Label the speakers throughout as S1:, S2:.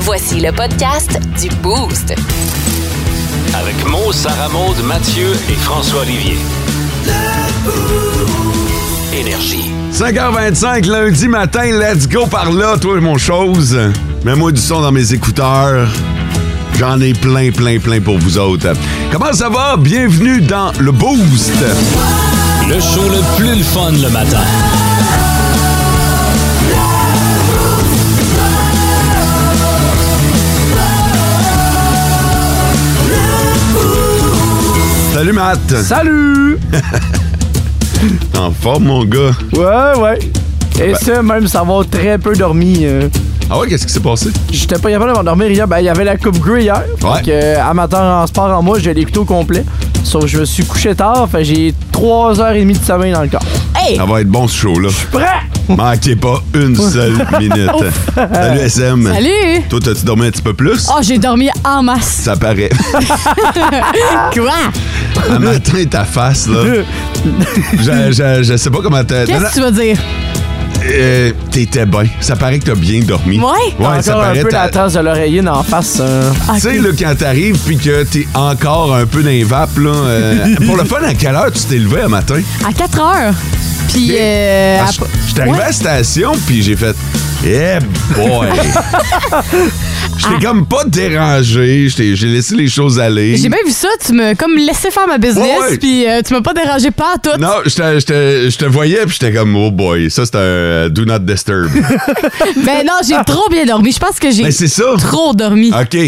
S1: Voici le podcast du Boost.
S2: Avec Mo, Sarah Maud, Mathieu et François Olivier. Énergie.
S3: 5h25, lundi matin, let's go par là, toi, mon chose. Mets-moi du son dans mes écouteurs. J'en ai plein, plein, plein pour vous autres. Comment ça va? Bienvenue dans le Boost.
S2: Le show le plus le fun le matin.
S3: Salut, Matt.
S4: Salut!
S3: En forme, mon gars.
S4: Ouais, ouais. Et ça, même sans avoir très peu dormi. euh,
S3: ben. Ah ouais, qu'est-ce qui s'est passé?
S4: J'étais pas capable de dormir hier. Ben, il y avait la Coupe Grey hier.
S3: Ouais.
S4: Fait que, euh, amateur en sport en moi, j'ai l'écouté au complet. Sauf que je me suis couché tard, fait que j'ai 3h30 de sommeil dans le corps. Hey!
S3: Ça va être bon, ce show-là.
S4: Prêt!
S3: Manquez pas une seule minute. Salut, SM.
S5: Salut!
S3: Toi, t'as-tu dormi un petit peu plus?
S5: Oh, j'ai dormi en masse.
S3: Ça paraît.
S5: Quoi?
S3: Un matin, ta face, là.
S5: Euh.
S3: Je, je- je sais pas comment t'as. Non, non,
S5: Qu'est-ce que tu vas dire?
S3: euh, T'étais bien. Ça paraît que t'as bien dormi.
S5: Ouais?
S4: T'as
S3: Ouais,
S4: encore
S3: ça
S4: un
S3: paraît.
S4: peu
S3: t'as-
S4: la trace de l'oreiller en face. euh.
S5: Ah,
S3: Tu sais,
S5: ok.
S3: là, quand t'arrives puis que t'es encore un peu dans les vapes, là. euh, pour le fun, à quelle heure tu t'es levé un matin?
S5: À 4 heures. Puis, euh,
S3: Ah,
S5: à-
S3: je- J'étais arrivé à
S5: Ouais.
S3: la station puis j'ai fait. Eh boy!
S5: Ah,
S3: J'étais comme pas dérangé. J'étais- J'ai laissé les choses aller.
S5: J'ai bien vu ça, tu m'as comme laissé faire ma business,
S3: Ouais, ouais.
S5: puis euh, tu m'as pas dérangé pas tout.
S3: Non, Ah, je te- je te je te voyais puis j'étais comme, oh boy, ça c'est un euh, do not disturb.
S5: Ben non, j'ai trop bien dormi. Je pense que j'ai
S3: Mais Ben, c'est ça.
S5: trop dormi.
S3: OK.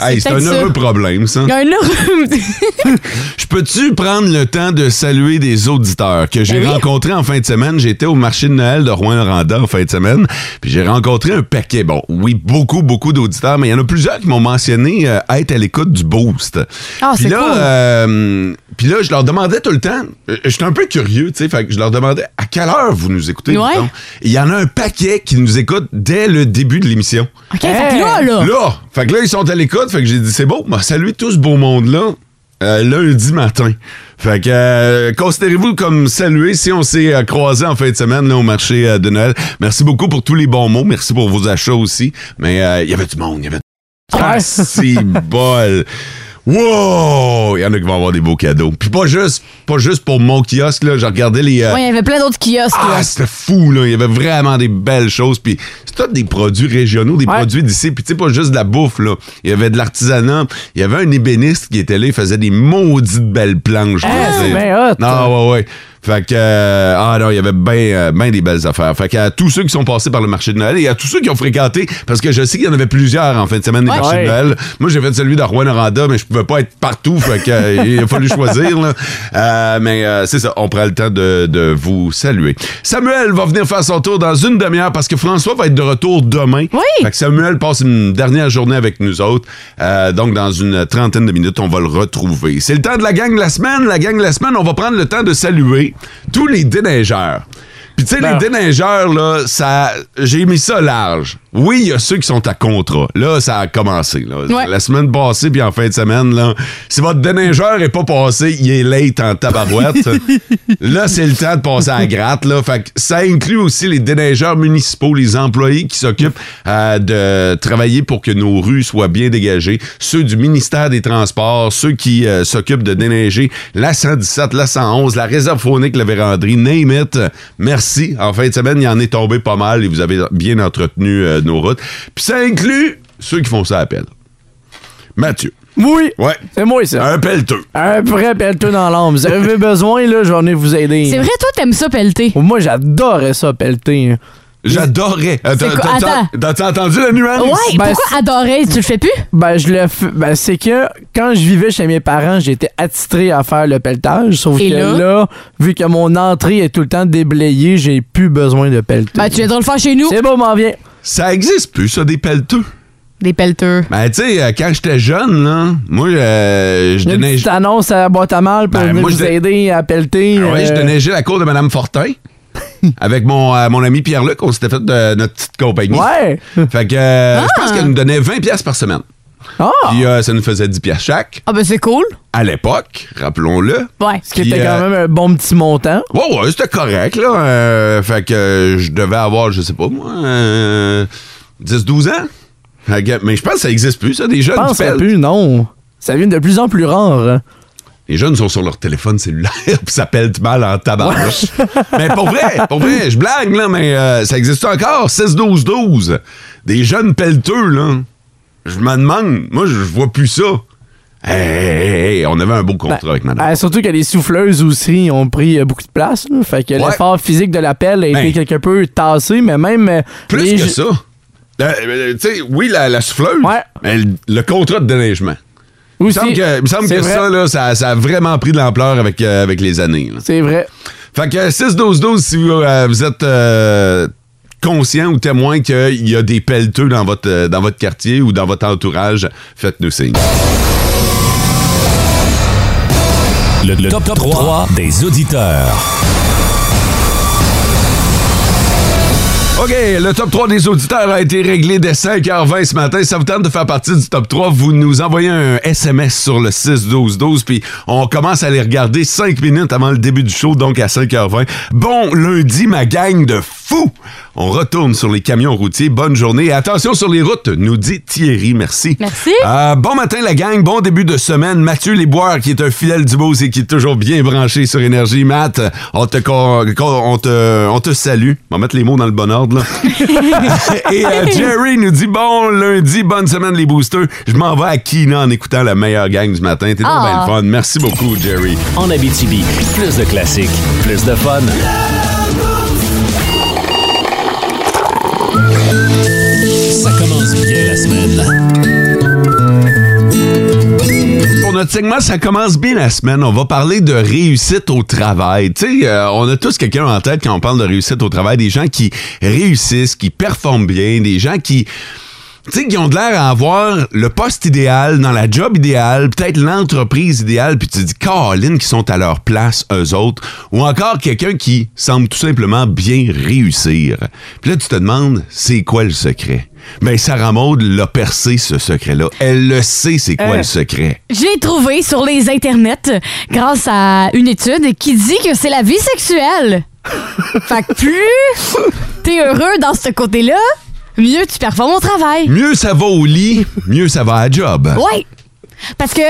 S3: Hey, c'est
S5: peut-être
S3: un
S5: ça.
S3: heureux problème, ça.
S5: Il y a un heure-
S3: Je peux-tu prendre le temps de saluer des auditeurs que j'ai
S5: Ben oui.
S3: rencontrés en fin de semaine? J'étais au marché de Noël de Rouen-Randa en fin de semaine, puis j'ai rencontré un paquet. Bon, oui, beaucoup, beaucoup d'auditeurs, mais il y en a plusieurs qui m'ont mentionné euh, être à l'écoute du Boost.
S5: Ah,
S3: Puis
S5: c'est
S3: là,
S5: cool.
S3: euh, puis là, je leur demandais tout le temps, euh, j'étais un peu curieux, tu sais, fait que je leur demandais à quelle heure vous nous écoutez.
S5: Ouais.
S3: mettons? Il y en a un paquet qui nous écoute dès le début de l'émission.
S5: OK, fait que là, là.
S3: Là, fait que là, ils sont à l'écoute. Fait que j'ai dit, c'est beau, bah, saluez tout ce beau monde-là. euh, lundi matin. Fait que euh, considérez-vous comme salué si on s'est euh, croisé en fin de semaine là, au marché euh, de Noël. Merci beaucoup pour tous les bons mots. Merci pour vos achats aussi. Mais euh, il y avait du monde. Il y avait
S4: Ah ouais?
S3: ah, si bol. Wow! Il y en a qui vont avoir des beaux cadeaux. Puis pas juste, pas juste pour mon kiosque. Là. J'ai regardé les... euh,
S5: Ouais, il y avait plein d'autres kiosques. là.
S3: ah, c'était fou, là. Il y avait vraiment des belles choses. Puis c'était tous des produits régionaux, des
S4: Ouais.
S3: produits d'ici. Puis tu sais, pas juste de la bouffe, là. Il y avait de l'artisanat. Il y avait un ébéniste qui était là. Il faisait des maudites belles planches. je
S4: Ah,
S3: dois
S4: c'est
S3: dire.
S4: bien hot.
S3: Non, ouais, ouais. Fait que, euh, ah non, il y avait bien ben des belles affaires. Fait que à tous ceux qui sont passés par le marché de Noël et à tous ceux qui ont fréquenté, parce que je sais qu'il y en avait plusieurs en fin de semaine des marchés de
S4: Ouais.
S3: Noël. Moi, j'ai fait celui de Rouen Noranda, mais je pouvais pas être partout. fait que, euh, il a fallu choisir. là. Euh, mais euh, c'est ça, on prend le temps de, de vous saluer. Samuel va venir faire son tour dans une demi-heure parce que François va être de retour demain.
S5: Oui.
S3: Fait que Samuel passe une dernière journée avec nous autres. Euh, donc, dans une trentaine de minutes, on va le retrouver. C'est le temps de la gang de la semaine. La gang de la semaine, on va prendre le temps de saluer tous les déneigeurs. Puis tu sais,
S4: Ben.
S3: les déneigeurs, là, ça, j'ai mis ça large. Oui, il y a ceux qui sont à contrat. Là, ça a commencé. là.
S5: Ouais.
S3: La semaine passée, puis en fin de semaine, là, si votre déneigeur est pas passé, il est late en tabarouette. là, c'est le temps de passer à la gratte. Là. Fait que ça inclut aussi les déneigeurs municipaux, les employés qui s'occupent euh, de travailler pour que nos rues soient bien dégagées, ceux du ministère des Transports, ceux qui euh, s'occupent de déneiger la 117, la 111, la réserve faunique, la véranderie, name it. Merci. En fin de semaine, il en est tombé pas mal et vous avez bien entretenu euh, nos routes. Puis ça inclut ceux qui font ça à pelle. Mathieu.
S4: Oui!
S3: Ouais.
S4: C'est moi, ça.
S3: Un pelleteux.
S4: Un vrai pelleteux dans l'âme. Vous avez besoin, là, je vais venir vous aider.
S5: C'est vrai, toi, t'aimes ça pelleter.
S4: Moi, j'adorais ça, pelleter. hein.
S3: J'adorais. Euh, t'as-
S5: quoi?
S3: t'as- t'as-
S5: Attends.
S3: T'as-tu entendu la nuance?
S5: Ouais,
S4: Ben,
S5: pourquoi adorer? Tu le fais plus?
S4: Ben, je le f- ben, c'est que quand je vivais chez mes parents, j'étais attitré à faire le pelletage. Sauf
S5: Et
S4: que
S5: là?
S4: là? vu que mon entrée est tout le temps déblayée, j'ai plus besoin de pelleter.
S5: Ben, tu viendras le faire chez nous.
S4: C'est bon, m'en viens.
S3: Ça existe plus, ça, des pelleteux.
S5: Des pelleteux.
S3: Ben, tu sais, euh, quand j'étais jeune, là, moi, euh, je
S4: Une
S3: donnais.
S4: petite annonce à la boîte à mal pour
S3: Ben,
S4: venir
S3: moi, je
S4: vous
S3: dé-
S4: aider à pelleter.
S3: Ah ouais, je
S4: euh,
S3: déneigeais la cour de Mme Fortin. Avec mon, euh, mon ami Pierre-Luc, on s'était fait de notre petite compagnie.
S4: Ouais.
S3: Fait que euh, je pense qu'elle nous donnait 20 pièces par semaine.
S4: Ah!
S3: Puis euh, ça nous faisait 10 pièces chaque.
S5: Ah, ben c'est cool.
S3: À l'époque, rappelons-le.
S5: Ouais.
S4: Ce qui
S3: Puis,
S4: était quand
S3: euh,
S4: même un bon petit montant.
S3: Ouais, ouais, c'était correct, là. Euh, fait que euh, je devais avoir, je sais pas moi, euh, 10-12 ans. Fait que- mais je pense que ça existe plus, ça, des jeunes
S4: Je
S3: qui
S4: pense
S3: pèlent.
S4: plus, non. Ça devient de plus en plus rare. hein.
S3: Les jeunes sont sur leur téléphone cellulaire puis ça pèle du mal en tabarnouche. mais pour vrai, pour vrai, je blague, là, mais euh, ça existe encore, 6-12-12. Des jeunes pelleteux, là. Je me demande, moi, je vois plus ça. Hey, hey, hey, on avait un beau contrat avec madame.
S4: Euh, surtout que les souffleuses aussi ont pris euh, beaucoup de place. là. Fait que
S3: Ouais.
S4: l'effort physique de la pelle a
S3: Ben.
S4: été quelque peu tassé, mais même. euh,
S3: Plus
S4: les
S3: que
S4: je-
S3: ça. Euh, euh, tu sais, oui, la, la souffleuse,
S4: Ouais.
S3: mais le, le contrat de déneigement. Il me
S4: Aussi,
S3: semble que, il me semble
S4: c'est
S3: que
S4: vrai.
S3: ça, là, ça, ça a vraiment pris de l'ampleur avec, euh, avec les années. là.
S4: C'est vrai.
S3: Fait que 6-12-12, si vous, euh, vous êtes euh, conscient ou témoin qu'il y a des pelleteux dans votre, euh, dans votre quartier ou dans votre entourage, faites-nous signe.
S2: Le, le top, 3 des auditeurs.
S3: OK, le top 3 des auditeurs a été réglé dès 5h20 ce matin. Ça vous tente de faire partie du top 3, vous nous envoyez un SMS sur le 6-12-12, puis on commence à les regarder 5 minutes avant le début du show, donc à 5h20. Bon lundi, ma gang de fous! On retourne sur les camions routiers. Bonne journée. Et attention sur les routes, nous dit Thierry. Merci.
S5: Merci.
S3: Euh, bon matin, la gang. Bon début de semaine. Mathieu Lesboire, qui est un fidèle du Beauce et qui est toujours bien branché sur Énergie. Matt, on te, con- con- on te, on te salue. On va mettre les mots dans le bon ordre, là. et euh, Jerry nous dit bon lundi, bonne semaine, les boosters. Je m'en vais à Kina en écoutant la meilleure gang du matin. T'es donc
S5: Ah.
S3: bien le fun. Merci beaucoup, Jerry.
S2: En Abitibi, plus de classiques, plus de fun. Ça commence bien la semaine.
S3: Pour notre segment, ça commence bien la semaine. On va parler de réussite au travail. Tu sais, euh, on a tous quelqu'un en tête quand on parle de réussite au travail. Des gens qui réussissent, qui performent bien, des gens qui... Tu sais, qui ont de l'air à avoir le poste idéal, dans la job idéale, peut-être l'entreprise idéale, puis tu te dis, Caroline, qui sont à leur place, eux autres, ou encore quelqu'un qui semble tout simplement bien réussir. Puis là, tu te demandes, c'est quoi le secret? Ben, Sarah Maud l'a percé, ce secret-là. Elle le sait, c'est quoi
S5: Euh.
S4: Hein?
S3: le secret.
S5: J'ai trouvé sur les internets, grâce à une étude, qui dit que c'est la vie sexuelle. fait que plus t'es heureux dans ce côté-là, mieux tu performes au travail.
S3: Mieux ça va au lit, mieux ça va à job.
S5: Ouais. Parce que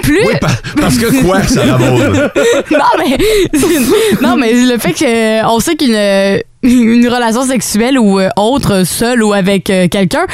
S5: plus.
S3: Ben. Oui, pa- parce que quoi, Sarah Maud?
S5: non, mais, non, mais le fait que on sait qu'une euh, une relation sexuelle ou euh, autre, seule ou avec euh, quelqu'un,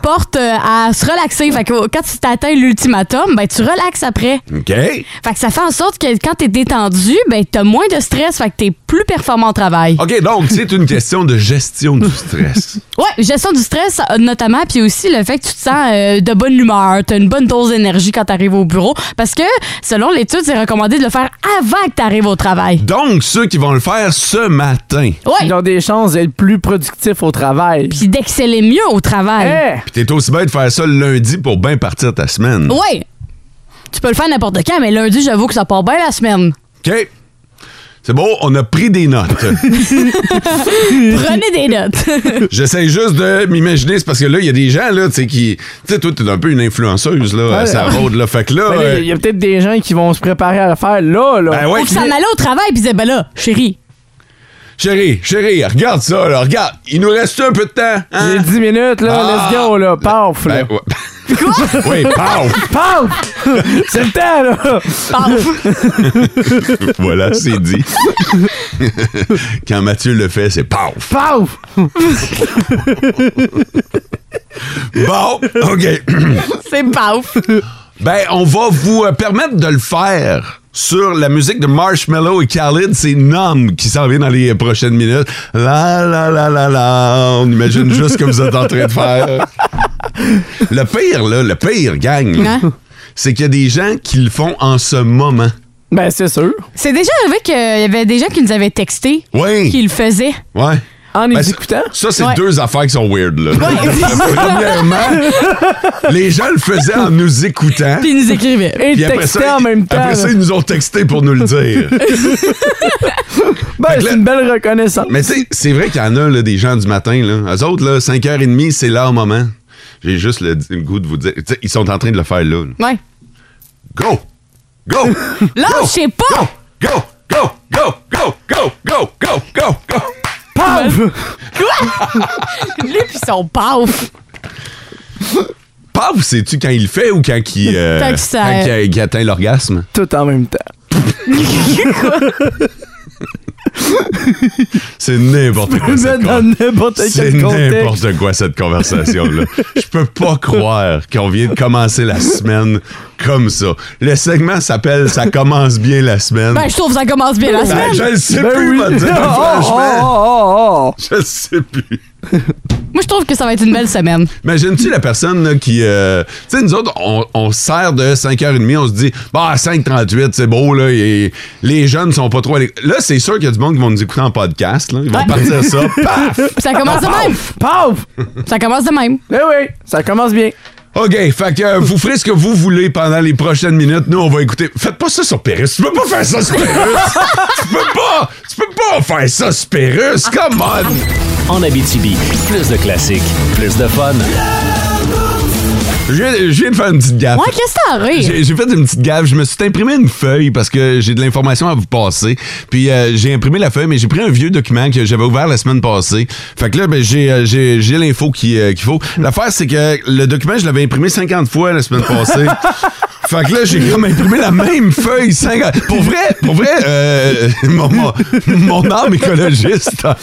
S5: porte euh, à se relaxer. Fait que quand tu t'atteins l'ultimatum, ben tu relaxes après.
S3: OK.
S5: Fait que ça fait en sorte que quand t'es détendu, ben t'as moins de stress, fait que t'es plus performant au travail.
S3: OK, donc c'est une question de gestion du stress.
S5: Ouais, gestion du stress euh, notamment, puis aussi le fait que tu te sens euh, de bonne humeur, t'as une bonne dose d'énergie quand t'arrives au bureau, parce que selon l'étude, c'est recommandé de le faire avant que t'arrives au travail.
S3: Donc, ceux qui vont le faire ce matin,
S5: Ouais,
S4: Ils ont des chances d'être plus productifs au travail.
S5: puis d'exceller mieux au travail.
S4: Hey!
S3: puis t'es aussi bien de faire ça le lundi pour bien partir ta semaine.
S5: Ouais. Tu peux le faire n'importe quand, mais lundi, j'avoue que ça part bien la semaine.
S3: OK. C'est beau, on a pris des notes.
S5: Prenez des notes.
S3: J'essaie juste de m'imaginer, c'est parce que là, il y a des gens, là, tu sais, qui... Tu sais, toi, t'es un peu une influenceuse, là,
S4: Ouais.
S3: Sarah Maud, là. Fait que là...
S4: Ben là, Il
S3: euh,
S4: y a peut-être des gens qui vont se préparer à le faire là. là.
S3: ben ouais,
S5: Faut que s'en aller au travail, puis dire, ben là, chérie,
S3: chérie, chérie, regarde ça, là, regarde. Il nous reste un peu de temps, hein?
S4: J'ai 10 minutes, là,
S3: Ah!
S4: let's go, là, paf, là.
S3: Ben, ouais. oui, paf!
S4: Paf! C'est le temps, là!
S3: Voilà, c'est dit. Quand Mathieu le fait, c'est paf.
S4: Paf!
S3: Bon, OK.
S5: c'est paf.
S3: Ben, on va vous euh, permettre de le faire sur la musique de Marshmallow et Khalid. C'est Nom qui s'en vient dans les prochaines minutes. La, la, la, la, la. On imagine juste ce que vous êtes en train de faire. Le pire, là, le pire, gang, là,
S5: Hein?
S3: c'est qu'il y a des gens qui le font en ce moment.
S4: Ben, c'est sûr.
S5: C'est déjà arrivé qu'il y avait des gens qui nous avaient texté
S3: Oui.
S5: qui le faisaient.
S3: Ouais.
S4: En
S3: Ben,
S4: les
S3: ça-
S4: écoutant?
S3: Ça, c'est
S5: Ouais.
S3: deux affaires qui sont weird. Là. Premièrement, les gens le faisaient en nous écoutant.
S5: Puis il nous écrivait.
S4: Et
S3: puis après
S4: texter
S3: ça,
S4: en même temps.
S3: Après ça,
S4: là.
S3: ils nous ont texté pour nous le dire.
S4: Ben,
S3: que
S4: c'est
S3: là-
S4: une belle reconnaissance.
S3: Mais tu sais, c'est vrai qu'il y en a là, des gens du matin. Là. Eux autres, là, 5h30, c'est leur moment. J'ai juste le, le goût de vous dire. tu sais, ils sont en train de le faire là. là.
S5: Ouais.
S3: Go! Go!
S5: Là,
S3: Go!
S5: je sais pas!
S3: Go! Go! Go! Go! Go! Go! Go! Go! Go!
S4: Paf!
S5: Lui, puis son paf!
S3: Paf, sais-tu quand il le fait ou quand il, euh,
S5: Quand il sert.
S3: quand il, il atteint l'orgasme?
S4: Tout en même temps.
S3: C'est n'importe quoi.
S4: Le
S3: cette
S4: mettre dans
S3: con-
S4: n'importe
S3: C'est
S4: quel contexte.
S3: n'importe quoi cette conversation-là. Je peux pas croire qu'on vient de commencer la semaine comme ça. Le segment s'appelle Ça commence bien la semaine.
S5: Ben, je trouve que ça commence bien la
S3: Euh. Ben,
S5: semaine.
S3: je le sais
S4: Ben
S3: plus,
S4: oui.
S3: ma dire,
S4: Oh,
S3: franchement.
S4: oh, oh, oh, oh.
S3: Je le sais plus.
S5: Moi, je trouve que ça va être une belle semaine.
S3: Imagine-tu la personne là, qui. euh, tu sais, nous autres, on, on se sert de 5h30, on se dit, bah, 5h38, c'est beau, là, et les jeunes sont pas trop. à l'éc- Là, c'est sûr qu'il y a du monde qui vont nous écouter en podcast, là. Ils vont
S5: Ouais.
S3: partir ça, paf!
S5: Ça commence de même!
S4: Paf!
S5: Ça commence de même.
S4: Eh oui, ça commence bien.
S3: OK, fait que euh, vous ferez ce que vous voulez pendant les prochaines minutes. Nous, on va écouter. Faites pas ça sur Pérus. Tu peux pas faire ça sur Pérus. tu peux pas. Tu peux pas faire ça sur Pérus. Come on.
S2: En Abitibi, plus de classiques, plus de fun.
S3: Je viens, je viens de faire une petite gaffe.
S5: Ouais, qu'est-ce que t'as à rire?
S3: J'ai j'ai fait une petite gaffe. Je me suis imprimé une feuille parce que j'ai de l'information à vous passer. Puis euh, j'ai imprimé la feuille, mais j'ai pris un vieux document que j'avais ouvert la semaine passée. Fait que là, ben, j'ai euh, j'ai- j'ai l'info qui, euh, qu'il faut. L'affaire, c'est que le document, je l'avais imprimé 50 fois la semaine passée. Fait que là, j'ai comme imprimé la même feuille 50. Pour vrai, pour vrai, euh, mon, mon, mon âme écologiste. Ah.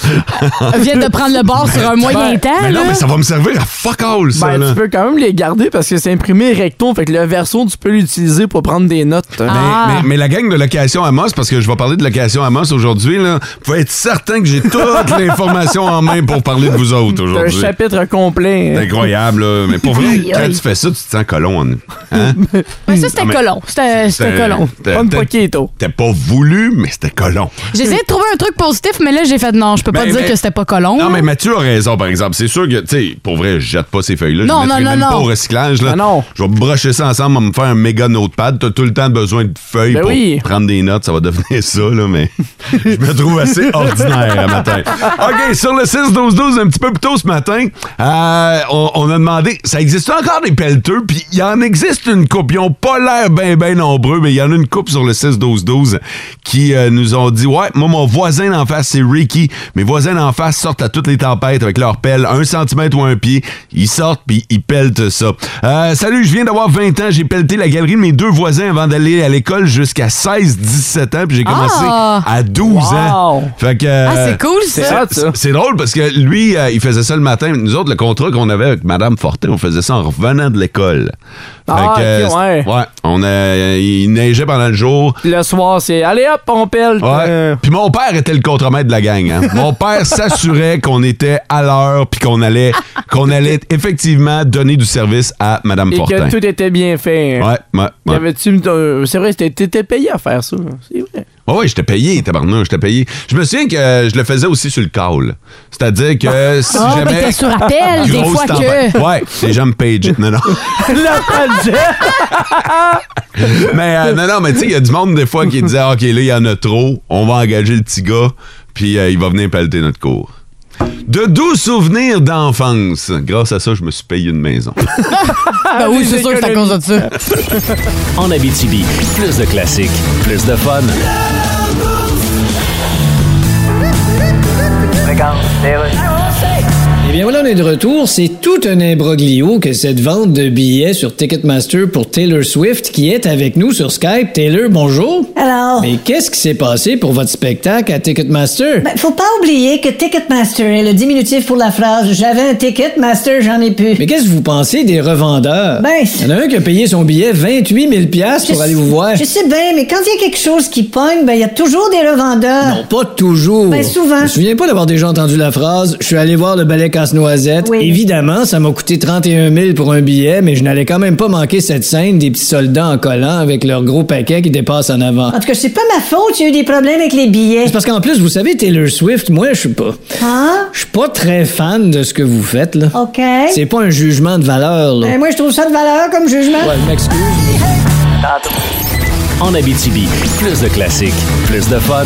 S5: Vient de prendre le bord sur un moyen temps,
S3: Ben, mais non,
S5: là.
S3: mais ça va me servir à fuck all, ça.
S4: Ben,
S3: là.
S4: tu peux quand même les garder parce que c'est imprimé recto. Fait que le verso, tu peux l'utiliser pour prendre des notes.
S3: Mais,
S5: Ah.
S3: mais- mais la gang de location Amos, parce que je vais parler de location Amos aujourd'hui, là, vous pouvez être certain que j'ai toute l'information en main pour parler de vous autres
S4: C'est un
S3: aujourd'hui.
S4: chapitre complet.
S3: C'est
S4: hein.
S3: incroyable, là. Mais pour vrai, quand tu fais ça, tu te sens colon. en- Hein?
S5: Ouais, Ben, ça, c'était
S3: Non, mais-
S5: colon. C'était c'était colon.
S3: T'as-
S4: Pas de
S3: t'as-
S4: poquito.
S3: T'as pas voulu, mais c'était colon.
S5: J'ai essayé de trouver un truc positif, mais là, j'ai fait non, je peux pas
S3: Ben,
S5: dire
S3: mais-
S5: que c'était pas colon.
S3: Non, mais Mathieu a raison, par exemple. C'est sûr que, tu sais, pour vrai, je jette pas ces feuilles-là.
S5: Non,
S3: je les mettrai
S5: non, non,
S3: même pas
S5: non.
S3: au recyclage. Là.
S4: Ah non.
S3: Je vais brocher ça ensemble, on va me faire un méga notepad. T'as tout le temps besoin de feuilles
S4: Ben
S3: pour
S4: oui.
S3: prendre des notes. Ça va devenir ça, là, mais je me trouve assez ordinaire à matin. OK, sur le 6-12-12, un petit peu plus tôt ce matin, euh, on, on a demandé, ça existe encore des pelleteux? Puis il en existe une coupe. Ils ont pas l'air bien, bien nombreux, mais il y en a une coupe sur le 6-12-12 qui euh, nous ont dit, ouais, moi, mon voisin d'en face, c'est Ricky. Mes voisins d'en face sortent à toutes les tempêtes avec leur pelle, un centimètre ou un pied. Ils sortent puis ils pelletent ça. Euh, salut, je viens d'avoir 20 ans. J'ai pelleté la galerie de mes deux voisins avant d'aller à l'école jusqu'à 16-17 ans. Puis j'ai commencé
S5: Ah!
S3: à 12 ans.
S4: Wow!
S3: Fait que, euh,
S5: Ah, c'est cool,
S4: C'est
S5: ça.
S4: hot, ça.
S3: c'est- C'est drôle parce que lui, euh, il faisait ça le matin. Nous autres, le contrat qu'on avait avec Madame Fortin, on faisait ça en revenant de l'école. Fait
S4: Ah,
S3: que,
S4: ok, ouais.
S3: on a, il neigeait pendant le jour.
S4: Puis le soir, c'est allez hop, on pèle.
S3: Ouais.
S4: Euh,
S3: Puis mon père était le contremaître de la gang. hein. Mon père s'assurait qu'on était à l'heure puis qu'on allait, qu'on allait effectivement donner du service à Madame
S4: et
S3: Fortin.
S4: que tout était bien fait.
S3: Ouais, ouais,
S4: Y
S3: ouais.
S4: avait-tu une- euh, C'est vrai, c'était- t'étais payé à faire ça. hein. C'est vrai.
S3: Ouais, ouais, j'étais payé, tabarnouche, j'étais payé. Je me souviens que euh, je le faisais aussi sur le call. C'est-à-dire que si
S5: Ah, mais
S3: jamais...
S5: t'es sur appel, des
S3: grosse
S5: fois
S3: tempête-
S5: que.
S3: Ouais, les gens me pageaient. Non, non.
S4: La palette!
S3: mais euh, non, non, mais tu sais, il y a du monde des fois qui disait OK, là, il y en a trop, on va engager le petit gars, puis euh, il va venir pelleter notre cours. De doux souvenirs d'enfance. Grâce à ça, je me suis payé une maison.
S5: Ben oui, c'est sûr que c'est à cause de ça.
S2: En Abitibi, plus de classiques, plus de fun.
S6: Eh bien voilà, on est de retour. C'est tout un imbroglio que cette vente de billets sur Ticketmaster pour Taylor Swift qui est avec nous sur Skype. Taylor, bonjour.
S7: Alors,
S6: Mais qu'est-ce qui s'est passé pour votre spectacle à Ticketmaster?
S7: ben, faut pas oublier que Ticketmaster est le diminutif pour la phrase J'avais un Ticketmaster, j'en ai plus.
S6: Mais qu'est-ce que vous pensez des revendeurs?
S7: Ben,
S6: Il y en a un qui a payé son billet 28 000 piastres pour
S7: Je
S6: aller
S7: sais-
S6: vous voir.
S7: Je sais bien, mais quand il y a quelque chose qui pogne, ben, il y a toujours des revendeurs.
S6: Non, pas toujours.
S7: Ben, souvent.
S6: Je me souviens pas d'avoir déjà entendu la phrase « Je suis allé voir le ballet Casse-Noisette.
S7: Oui.
S6: Évidemment, ça m'a coûté 31 000 pour un billet, mais je n'allais quand même pas manquer cette scène des petits soldats en collant avec leur gros paquet qui dépasse en avant.
S7: En tout cas, c'est pas ma faute, j'ai eu des problèmes avec les billets.
S6: C'est parce qu'en plus, vous savez, Taylor Swift, moi, je suis pas...
S7: Hein?
S6: Je suis pas très fan de ce que vous faites, là.
S7: OK.
S6: C'est pas un jugement de valeur, là.
S7: Ben, moi, je trouve ça de valeur comme jugement.
S6: Ouais, je m'excuse.
S2: En Abitibi, plus de classiques, plus de fun.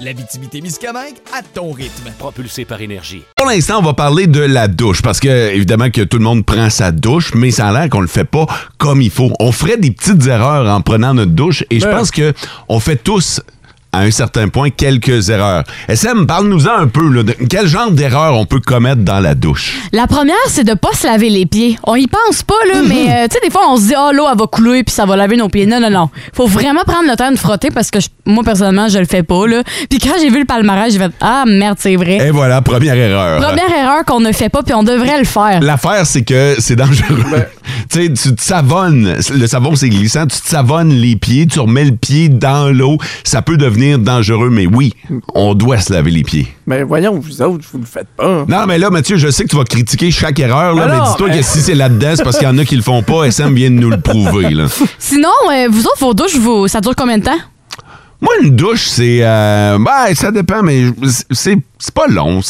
S8: L'Abitibi-Témiscamingue à ton rythme.
S2: Propulsé par énergie.
S3: Pour l'instant, on va parler de la douche parce que évidemment que tout le monde prend sa douche, mais ça a l'air qu'on le fait pas comme il faut. On ferait des petites erreurs en prenant notre douche et je
S4: Ouais.
S3: pense que on fait tous à un certain point quelques erreurs. SM, parle-nous-en un peu là, de quel genre d'erreurs on peut commettre dans la douche.
S5: La première, c'est de pas se laver les pieds. On y pense pas, là,
S3: Mhm.
S5: mais euh, tu sais, des fois, on se dit, ah, l'eau, elle va couler, puis ça va laver nos pieds. Non, non, non. Faut vraiment prendre le temps de frotter parce que je- moi, personnellement, je le fais pas, là. Puis quand j'ai vu le palmarès, j'ai fait, ah, merde, c'est vrai.
S3: Et voilà, première erreur.
S5: Première erreur qu'on ne fait pas, puis on devrait le faire.
S3: L'affaire, c'est que c'est dangereux. tu sais, tu te savonnes. Le savon, c'est glissant. Tu te savonnes les pieds, tu remets le pied dans l'eau. Ça peut devenir dangereux, mais oui, on doit se laver les pieds.
S4: Mais Ben, voyons, vous autres, vous le faites pas. hein.
S3: Non, mais là, Mathieu, je sais que tu vas critiquer chaque erreur, là,
S4: Mais Ah
S3: mais,
S4: non, euh,
S3: dis-toi
S4: mais-
S3: que si c'est là-dedans, c'est parce qu'il y en a qui le font pas. SM vient de nous le prouver. Là.
S5: Sinon, euh, vous autres, vos douches, vous, ça dure combien de temps?
S3: Moi, une douche, c'est. euh, ben, ça dépend, mais c'est c'est pas long.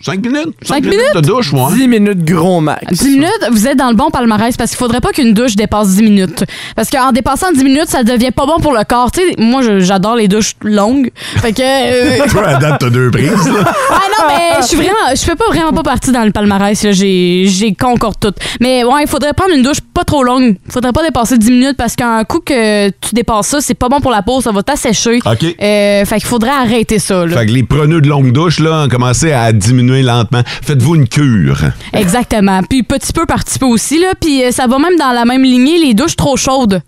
S3: 5 minutes?
S5: Cinq
S3: de douche, moi.
S4: 10 minutes gros max.
S5: 10 minutes, vous êtes dans le bon palmarès parce qu'il faudrait pas qu'une douche dépasse 10 minutes. Parce qu'en dépassant 10 minutes, ça devient pas bon pour le corps. Tu sais, moi, je- j'adore les douches longues. Fait que. euh,
S3: Toi, à date, t'as deux prises. là.
S5: Ah non, mais je suis vraiment. Je fais pas vraiment pas partie dans le palmarès. là. J'ai j'ai concorde tout. Mais ouais, il faudrait prendre une douche pas trop longue. faudrait pas dépasser 10 minutes parce qu'un coup que tu dépasses ça, c'est pas bon pour la peau, ça va t'assécher.
S3: OK.
S5: Euh, fait qu'il faudrait arrêter ça. là.
S3: Fait que les preneux de longue douche, là, ont commencé à diminuer lentement. Faites-vous une cure.
S5: Exactement. Puis petit peu par petit peu aussi, là. Puis euh, ça va même dans la même lignée, les douches trop chaudes.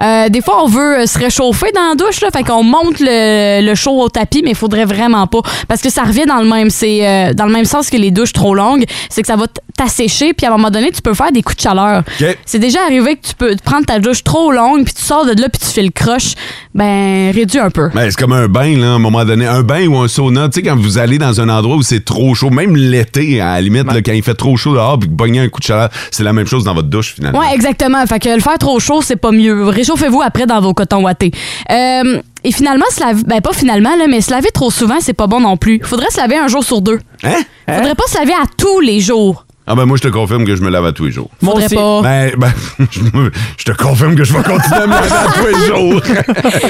S5: Euh, des fois, on veut euh, se réchauffer dans la douche, là, fait qu'on monte le, le chaud au tapis, mais il faudrait vraiment pas. Parce que ça revient dans le même, c'est, euh, dans le même sens que les douches trop longues, c'est que ça va t- t'assécher, puis à un moment donné, tu peux faire des coups de chaleur.
S3: OK.
S5: C'est déjà arrivé que tu peux te prendre ta douche trop longue, puis tu sors de là, puis tu fais le croche. Ben, réduis un peu.
S3: Ben, c'est comme un bain, là, à un moment donné. Un bain ou un sauna. Tu sais, quand vous allez dans un endroit où c'est trop chaud, même l'été, à la limite, là, quand il fait trop chaud dehors, puis que vous pognez un coup de chaleur, c'est la même chose dans votre douche, finalement.
S5: Ouais, exactement. Fait que le faire trop chaud, c'est pas mieux. Réchauffez-vous après dans vos cotons ouatés. Euh, et finalement, se laver, ben pas finalement, là, mais se laver trop souvent, c'est pas bon non plus. Faudrait se laver un jour sur deux.
S3: Hein?
S5: Faudrait pas se laver à tous les jours.
S3: Ah ben moi, je te confirme que je me lave à tous les jours.
S4: Moi
S5: Faudrait
S4: aussi.
S5: pas.
S3: Ben, ben, je, me- je te confirme que je vais continuer à me laver à tous les jours.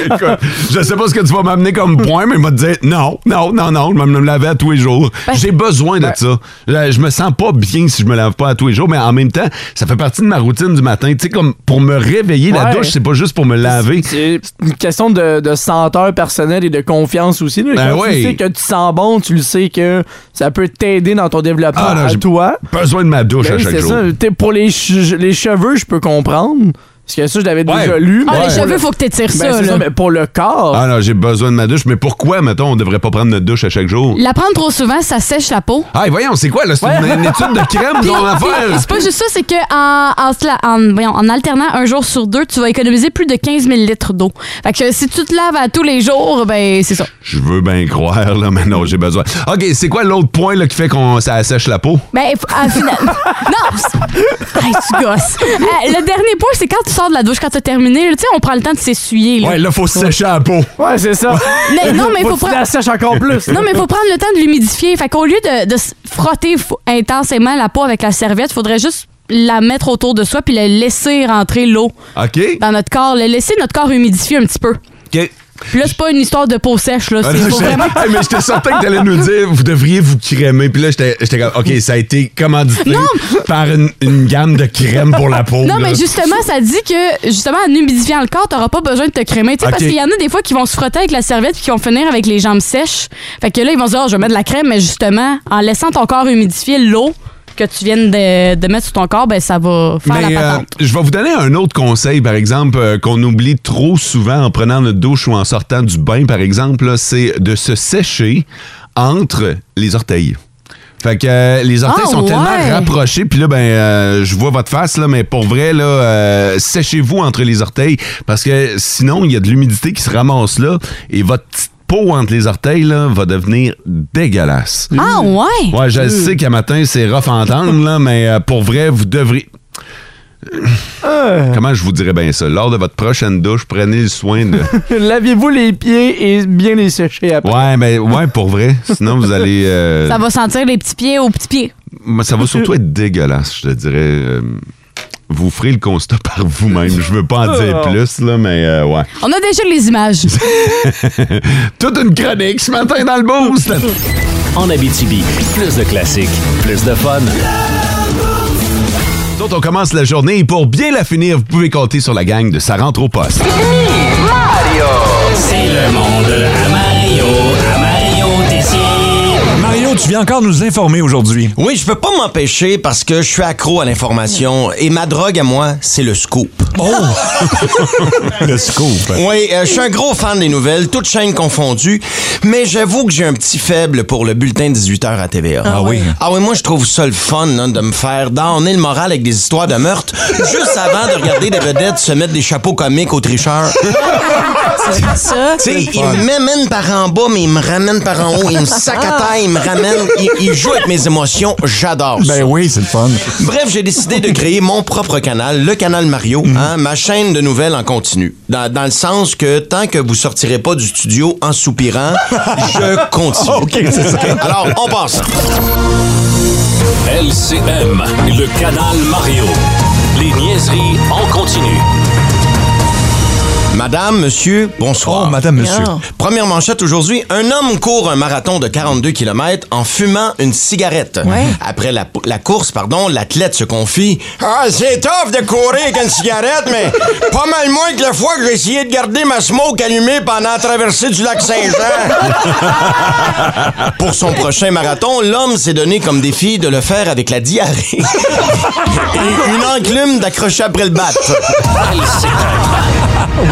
S3: Écoute, je sais pas ce que tu vas m'amener comme point, mais il va te dire non, non, non, non, je vais me laver à tous les jours.
S5: Ben-
S3: J'ai besoin de ça. Je, je me sens pas bien si je me lave pas à tous les jours, mais en même temps, ça fait partie de ma routine du matin. Tu sais, comme pour me réveiller, la
S4: Ouais.
S3: douche, c'est pas juste pour me laver.
S4: C'est une question de, de senteur personnelle et de confiance aussi. Là.
S3: Ben
S4: Quand
S3: ouais.
S4: Tu sais que tu sens bon, tu le sais que ça peut t'aider dans ton développement
S3: Ah, non,
S4: à
S3: j'ai-
S4: toi.
S3: Besoin de ma douche
S4: Ben
S3: à
S4: oui,
S3: chaque
S4: c'est
S3: jour.
S4: ça. T'sais, Pour les, che- les cheveux, je peux comprendre. Parce que ça, je l'avais
S3: Ouais.
S4: déjà lu.
S5: Ah,
S4: mais
S5: les
S4: pour
S5: cheveux,
S4: le-
S5: faut que t'étires
S4: Ben,
S5: ça,
S4: c'est
S5: là.
S4: mais pour le corps.
S3: Ah non, j'ai besoin de ma douche, mais pourquoi, mettons, on devrait pas prendre notre douche à chaque jour?
S5: La prendre trop souvent, ça sèche la peau.
S3: Ah, voyons, c'est quoi, là? C'est une, une étude de crème
S5: Puis-
S3: qu'on va
S5: puis,
S3: faire?
S5: C'est pas juste ça, c'est que en, en se la- en- voyons, en alternant un jour sur deux, tu vas économiser plus de 15 000 litres d'eau. Fait que si tu te laves à tous les jours, ben c'est ça.
S3: Je veux bien croire, là, mais non, j'ai besoin. OK, c'est quoi l'autre point là, qui fait qu'on ça assèche la peau?
S5: Ben, f- à final... non! c'est- Hey, tu gosses. Euh, le dernier point, c'est quand tu sors de la douche, quand t'as terminé, là, tu sais, on prend le temps de s'essuyer. là.
S3: Ouais, là, faut se sécher la peau.
S4: Ouais, c'est ça.
S5: Mais non, mais
S4: Faut
S5: faut
S4: que tu
S5: prendre-
S4: la sèches encore plus.
S5: Non, mais faut prendre le temps de l'humidifier. Fait qu'au lieu de, de se frotter f- intensément la peau avec la serviette, faudrait juste la mettre autour de soi puis le laisser rentrer l'eau
S3: OK?
S5: dans notre corps. Le laisser notre corps humidifier un petit peu.
S3: OK.
S5: Puis là, c'est pas une histoire de peau sèche, là.
S3: Ah,
S5: C'est
S3: là,
S5: faut
S3: j'ai-
S5: vraiment.
S3: Hey, mais j'étais certain que t'allais nous dire, vous devriez vous crémer. Puis là, j'étais j'étais comme, OK, ça a été commandité par une, une gamme de crème pour la peau.
S5: Non,
S3: là.
S5: mais justement, ça dit que, justement, en humidifiant le corps, t'auras pas besoin de te crémer. Tu sais, Parce
S3: Ok.
S5: qu'il y en a des fois qui vont se frotter avec la serviette puis qui vont finir avec les jambes sèches. Fait que là, ils vont se dire, Ah, je vais mettre de la crème, mais justement, en laissant ton corps humidifier l'eau, que tu viennes de, de mettre sur ton corps, ben ça va faire
S3: Mais
S5: la
S3: euh,
S5: patente.
S3: je vais vous donner un autre conseil, par exemple, euh, qu'on oublie trop souvent en prenant notre douche ou en sortant du bain, par exemple, là, c'est de se sécher entre les orteils. Fait que euh, les orteils
S5: Ah,
S3: sont
S5: ouais.
S3: tellement rapprochés, puis là, ben, euh, je vois votre face, là, mais pour vrai, là, euh, séchez-vous entre les orteils, parce que sinon, il y a de l'humidité qui se ramasse là, et votre petite peau entre les orteils, là, va devenir dégueulasse.
S5: Ah ouais?
S3: hmm. Ouais, je sais qu'à matin, c'est rough à entendre, là, mais euh, pour vrai, vous devrez.
S9: Euh.
S3: Comment je vous dirais bien ça? Lors de votre prochaine douche, prenez le soin de.
S4: Lavez-vous les pieds et bien les sécher après.
S3: Ouais, mais ouais, pour vrai. Sinon, vous allez. euh,
S5: Ça va sentir les petits pieds aux petits pieds.
S3: mais ça va surtout être dégueulasse, je te dirais. euh, Vous ferez le constat par vous-même. Je veux pas en
S9: Ah.
S3: dire plus, là, mais euh, ouais.
S5: On a déjà les images.
S3: Toute une chronique ce matin dans le boost!
S2: En Abitibi, plus de classiques, plus de fun.
S3: Donc, on commence la journée et pour bien la finir, vous pouvez compter sur la gang de Ça rentre au poste.
S2: C'est le monde à Mario, à Mario
S9: Mario, tu viens encore nous informer aujourd'hui.
S10: Oui, je peux pas m'empêcher parce que je suis accro à l'information et ma drogue à moi, c'est le scoop.
S9: Oh!
S3: Oh!
S9: le scoop.
S10: Oui, euh, je suis un gros fan des nouvelles, toutes chaînes confondues, mais j'avoue que j'ai un petit faible pour le bulletin 18h à TVA.
S9: Ah oui.
S10: Ah oui, moi je trouve ça le fun là, de me faire donner le moral avec des histoires de meurtre juste avant de regarder des vedettes se mettre des chapeaux comiques aux tricheurs.
S5: ça.
S10: Tu sais, il m'amène par en bas, mais il me ramène par en haut. Il me sac à terre, il me ramène. Il, il joue avec mes émotions. J'adore ça.
S9: Ben oui, c'est le fun.
S10: Bref, j'ai décidé de créer mon propre canal, le canal Mario,
S9: Mhm.
S10: hein, ma chaîne de nouvelles en continu. Dans, dans le sens que tant que vous sortirez pas du studio en soupirant, je continue.
S9: OK, c'est ça.
S10: Alors, on passe.
S2: LCM, le canal Mario. Les niaiseries en continu.
S10: Madame, monsieur, bonsoir.
S9: Oh, madame, monsieur.
S10: Première manchette aujourd'hui. Un homme court un marathon de 42 km en fumant une cigarette. Après la, la course, pardon, l'athlète se confie. Ah, c'est tough de courir avec une cigarette, mais pas mal moins que la fois que j'ai essayé de garder ma smoke allumée pendant la traversée du lac Saint-Jean. Pour son prochain marathon, l'homme s'est donné comme défi de le faire avec la diarrhée. Et une enclume d'accrocher après le bat.
S9: Ah,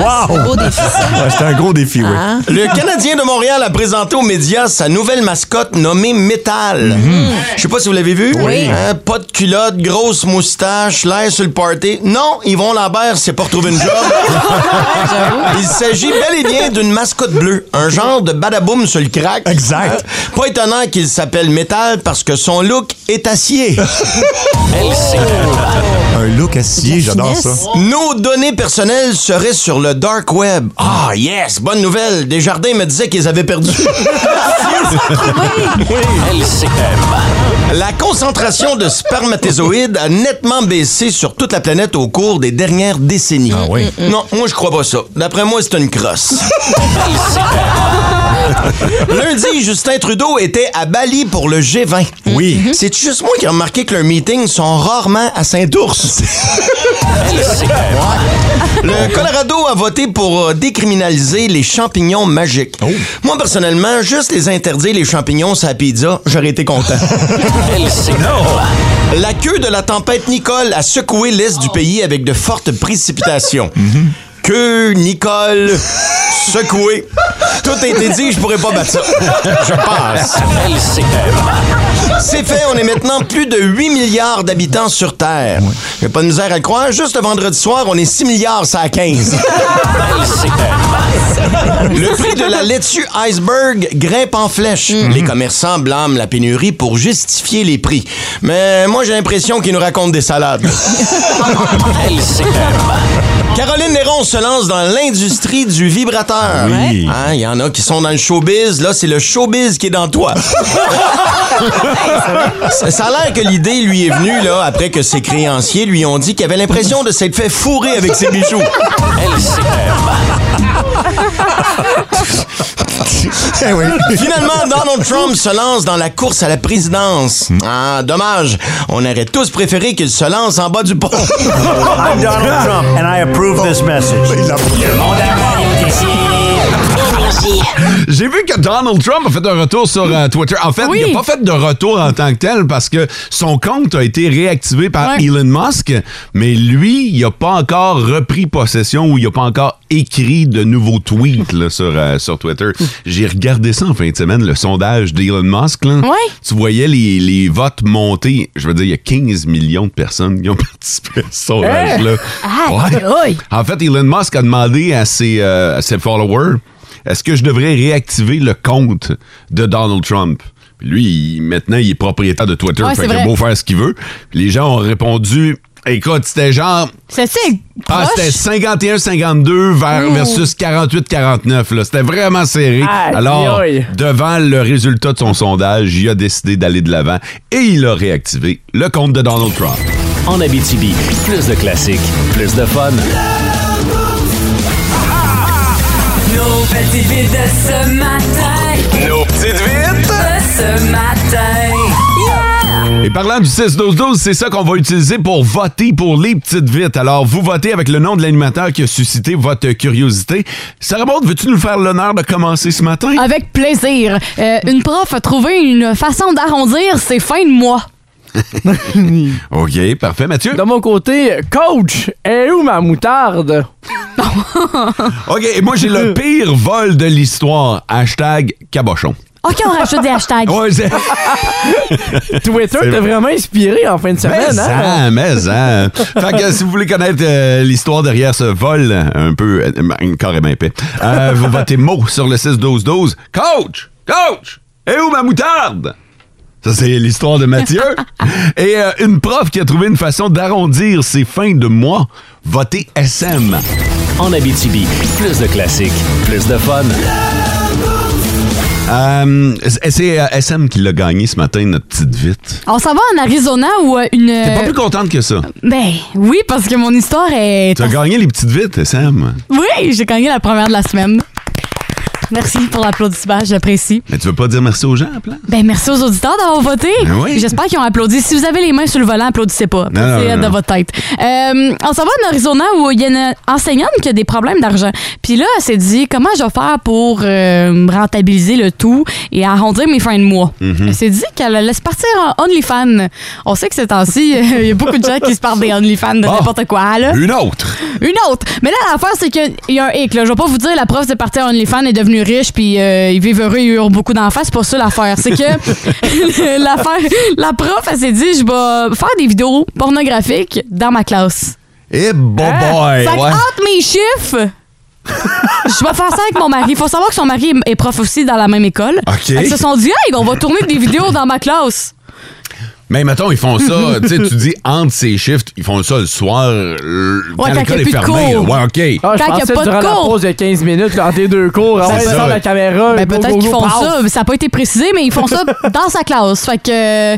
S9: Wow! Ouais, C'était un gros défi, oui.
S5: Ah.
S10: Le Canadien de Montréal a présenté aux médias sa nouvelle mascotte nommée Metal. Je sais pas si vous l'avez vu. Oui. pas de culotte, grosse moustache, l'air sur le party. Non, Yvon Lambert s'est pas retrouvé une job. Il s'agit bel et bien d'une mascotte bleue, un genre de badaboum sur le crack. Euh,
S9: Exact.
S10: Pas étonnant qu'il s'appelle Metal parce que son look est acier.
S9: Oh. Un look acier, j'adore ça.
S10: Nos données personnelles seraient sur le dark web. Ah yes, bonne nouvelle. Desjardins me disait qu'ils avaient perdu. La concentration de spermatozoïdes a nettement baissé sur toute la planète au cours des dernières décennies.
S9: Ah oui.
S10: Non, moi je crois pas ça. D'après moi, c'est une crosse. Lundi, Justin Trudeau était à Bali pour le G20.
S9: Oui.
S10: C'est juste moi qui ai remarqué que leurs meetings sont rarement à Saint-Ours. Le Colorado a voté pour euh, décriminaliser les champignons magiques. Moi, personnellement, juste les interdire les champignons sur la pizza, j'aurais été content. La queue de la tempête Nicole a secoué l'est du pays avec de fortes précipitations. Queue, Nicole, secouée. Tout a été dit, je pourrais pas battre ça. Je passe. C'est fait, on est maintenant plus de 8 milliards d'habitants sur Terre. J'ai pas de misère à le croire, juste le vendredi soir, on est 6 milliards, ça à 15. Le prix de la laitue iceberg grimpe en flèche. Les commerçants blâment la pénurie pour justifier les prix. Mais moi, j'ai l'impression qu'ils nous racontent des salades. Caroline Néron se lance dans l'industrie du vibrateur.
S9: Oui.
S10: Hein, Il y en a qui sont dans le showbiz. Là, c'est le showbiz qui est dans toi. Ça ça a l'air que l'idée lui est venue là, après que ses créanciers lui ont dit qu'il avait l'impression de s'être fait fourrer avec ses bijoux.
S9: Eh oui.
S10: Finalement, Donald Trump se lance dans la course à la présidence. Ah, dommage. On aurait tous préféré qu'il se lance en bas du pont.
S9: Oh,
S2: Le monde à Mario Tessier. Bonjour,
S1: Énergie.
S3: J'ai vu que Donald Trump a fait un retour sur euh, Twitter. En fait, il n'a pas fait de retour en tant que tel parce que son compte a été réactivé par
S5: Ouais.
S3: Elon Musk, mais lui, il n'a pas encore repris possession ou il n'a pas encore écrit de nouveaux tweets là, sur, euh, sur Twitter. J'ai regardé ça en fin de semaine, le sondage d'Elon Musk. là. Tu voyais les, les votes monter. Je veux dire, il y a 15 millions de personnes qui ont participé à ce sondage-là. Ouais. En fait, Elon Musk a demandé à ses, euh, à ses followers est-ce que je devrais réactiver le compte de Donald Trump Puis lui, il- maintenant, il est propriétaire de Twitter,
S5: Ouais,
S3: fait
S5: c'est
S3: qu'il a
S5: vrai.
S3: beau faire ce qu'il veut. Puis les gens ont répondu écoute, c'était genre.
S5: C'est ça.
S3: Ah, c'était 51-52 vers-
S5: Ouh.
S3: versus 48-49. là. C'était vraiment serré.
S5: Aïe,
S3: Alors,
S5: aïe.
S3: devant le résultat de son sondage, il a décidé d'aller de l'avant et il a réactivé le compte de Donald Trump.
S2: En Abitibi, plus de classiques, plus de fun.
S11: Nos petites vites de ce matin.
S2: Nos petites vites
S11: de ce matin. Yeah!
S3: Et parlant du 6-12-12, c'est ça qu'on va utiliser pour voter pour les petites vites. Alors, vous votez avec le nom de l'animateur qui a suscité votre curiosité. Sarah Maud, veux-tu nous faire l'honneur de commencer ce matin?
S5: Avec plaisir. Euh, une prof a trouvé une façon d'arrondir ses fins de mois.
S3: OK, parfait, Mathieu.
S4: De mon côté, coach, est où ma moutarde?
S3: OK, et moi, j'ai le pire vol de l'histoire. Hashtag cabochon.
S5: OK, on rajoute des hashtags.
S3: Ouais, c'est-
S4: Twitter
S3: C'est
S4: t'a
S3: vrai.
S4: vraiment inspiré en fin de
S3: Mais
S4: semaine, hein?
S3: ça, mais ça. Fait que si vous voulez connaître euh, l'histoire derrière ce vol, un peu, euh, ben, carrément épais, euh, vous votez mot sur le 6-12-12. Coach! Coach! Et où ma moutarde? Ça, c'est l'histoire de Mathieu. Et euh, une prof qui a trouvé une façon d'arrondir ses fins de mois, votez SM.
S2: En Abitibi, plus de classiques, plus de fun.
S3: Euh, c'est euh, SM qui l'a gagné ce matin, notre petite vite.
S5: On s'en va en Arizona où euh, une...
S3: T'es pas plus contente que ça.
S5: Ben oui, parce que mon histoire est...
S3: Tu as gagné les petites vites, SM.
S5: Oui, j'ai gagné la première de la semaine. Merci pour l'applaudissement, j'apprécie.
S3: Mais tu veux pas dire merci aux gens, à plan?
S5: Ben merci aux auditeurs d'avoir voté.
S3: Ben oui.
S5: J'espère qu'ils ont applaudi. Si vous avez les mains sur le volant, applaudissez pas.
S3: Non, non,
S5: C'est
S3: non,
S5: de
S3: non.
S5: votre tête. Euh, on s'en va en Arizona où il y a une enseignante qui a des problèmes d'argent. Puis là, elle s'est dit comment je vais faire pour euh, rentabiliser le tout et arrondir mes fins de mois.
S11: Mhm.
S5: Elle s'est dit qu'elle laisse partir en OnlyFans. On sait que ces temps-ci, il y a beaucoup de gens qui se parlent des OnlyFans de n'importe quoi. hein, Là.
S3: Ah. Une autre!
S5: Une autre. Mais là, l'affaire, c'est qu'il y a un hic. Là. Je vais pas vous dire, la prof de partie à OnlyFans est devenue riche, puis euh, ils vivent heureux, ils ont beaucoup d'enfants. C'est pas ça l'affaire. C'est que l'affaire, la prof, elle s'est dit, je vais faire des vidéos pornographiques dans ma classe. Hein?
S3: Eh, bon boy!
S5: Fait que
S3: ouais.
S5: entre mes chiffres, je vais faire ça avec mon mari. Il faut savoir que son mari est prof aussi dans la même école.
S3: OK.
S5: Fait qu'ils se sont dit, hey, on va tourner des vidéos dans ma classe.
S3: Mais mettons, ils font ça, tu sais, tu dis entre ces shifts, ils font ça le soir, euh, quand
S5: quand
S3: l'école
S5: il y a
S3: est
S5: plus de
S3: fermée.
S5: cours.
S3: là. Ouais, OK.
S4: Ah,
S5: Tant
S4: je
S5: qu'il y a
S4: pensais
S5: pas de
S4: durant la
S5: cours.
S4: pause de 15 minutes, là, entre les deux cours, on
S3: C'est
S4: va
S3: ça.
S4: la caméra.
S5: Ben,
S4: go,
S5: peut-être
S4: go,
S5: qu'ils
S4: go,
S5: font
S4: pow.
S5: ça. Ça n'a pas été précisé, mais ils font ça dans sa classe. Fait que.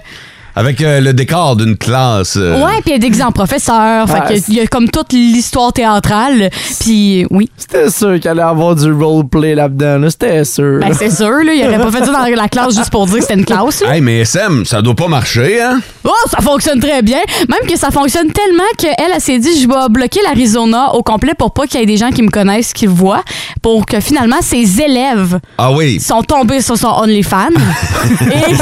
S3: Avec euh, le décor d'une classe. euh,
S5: Ouais, puis elle est déguisée en professeur.
S4: Ouais,
S5: fait que il y a comme toute l'histoire théâtrale. Puis oui,
S4: C'était sûr qu'il allait avoir du roleplay là-dedans, là. C'était sûr.
S5: ben,
S4: là.
S5: c'est sûr, là, il aurait pas fait ça dans la classe juste pour dire que c'était une classe. là.
S3: Hey, mais SM, ça doit pas marcher, hein?
S5: Oh, ça fonctionne très bien. Même que ça fonctionne tellement qu'elle, elle, elle s'est dit, je vais bloquer l'Arizona au complet pour pas qu'il y ait des gens qui me connaissent, qui le voient, pour que finalement ses élèves
S3: Ah oui.
S5: sont tombés sur son OnlyFans. et,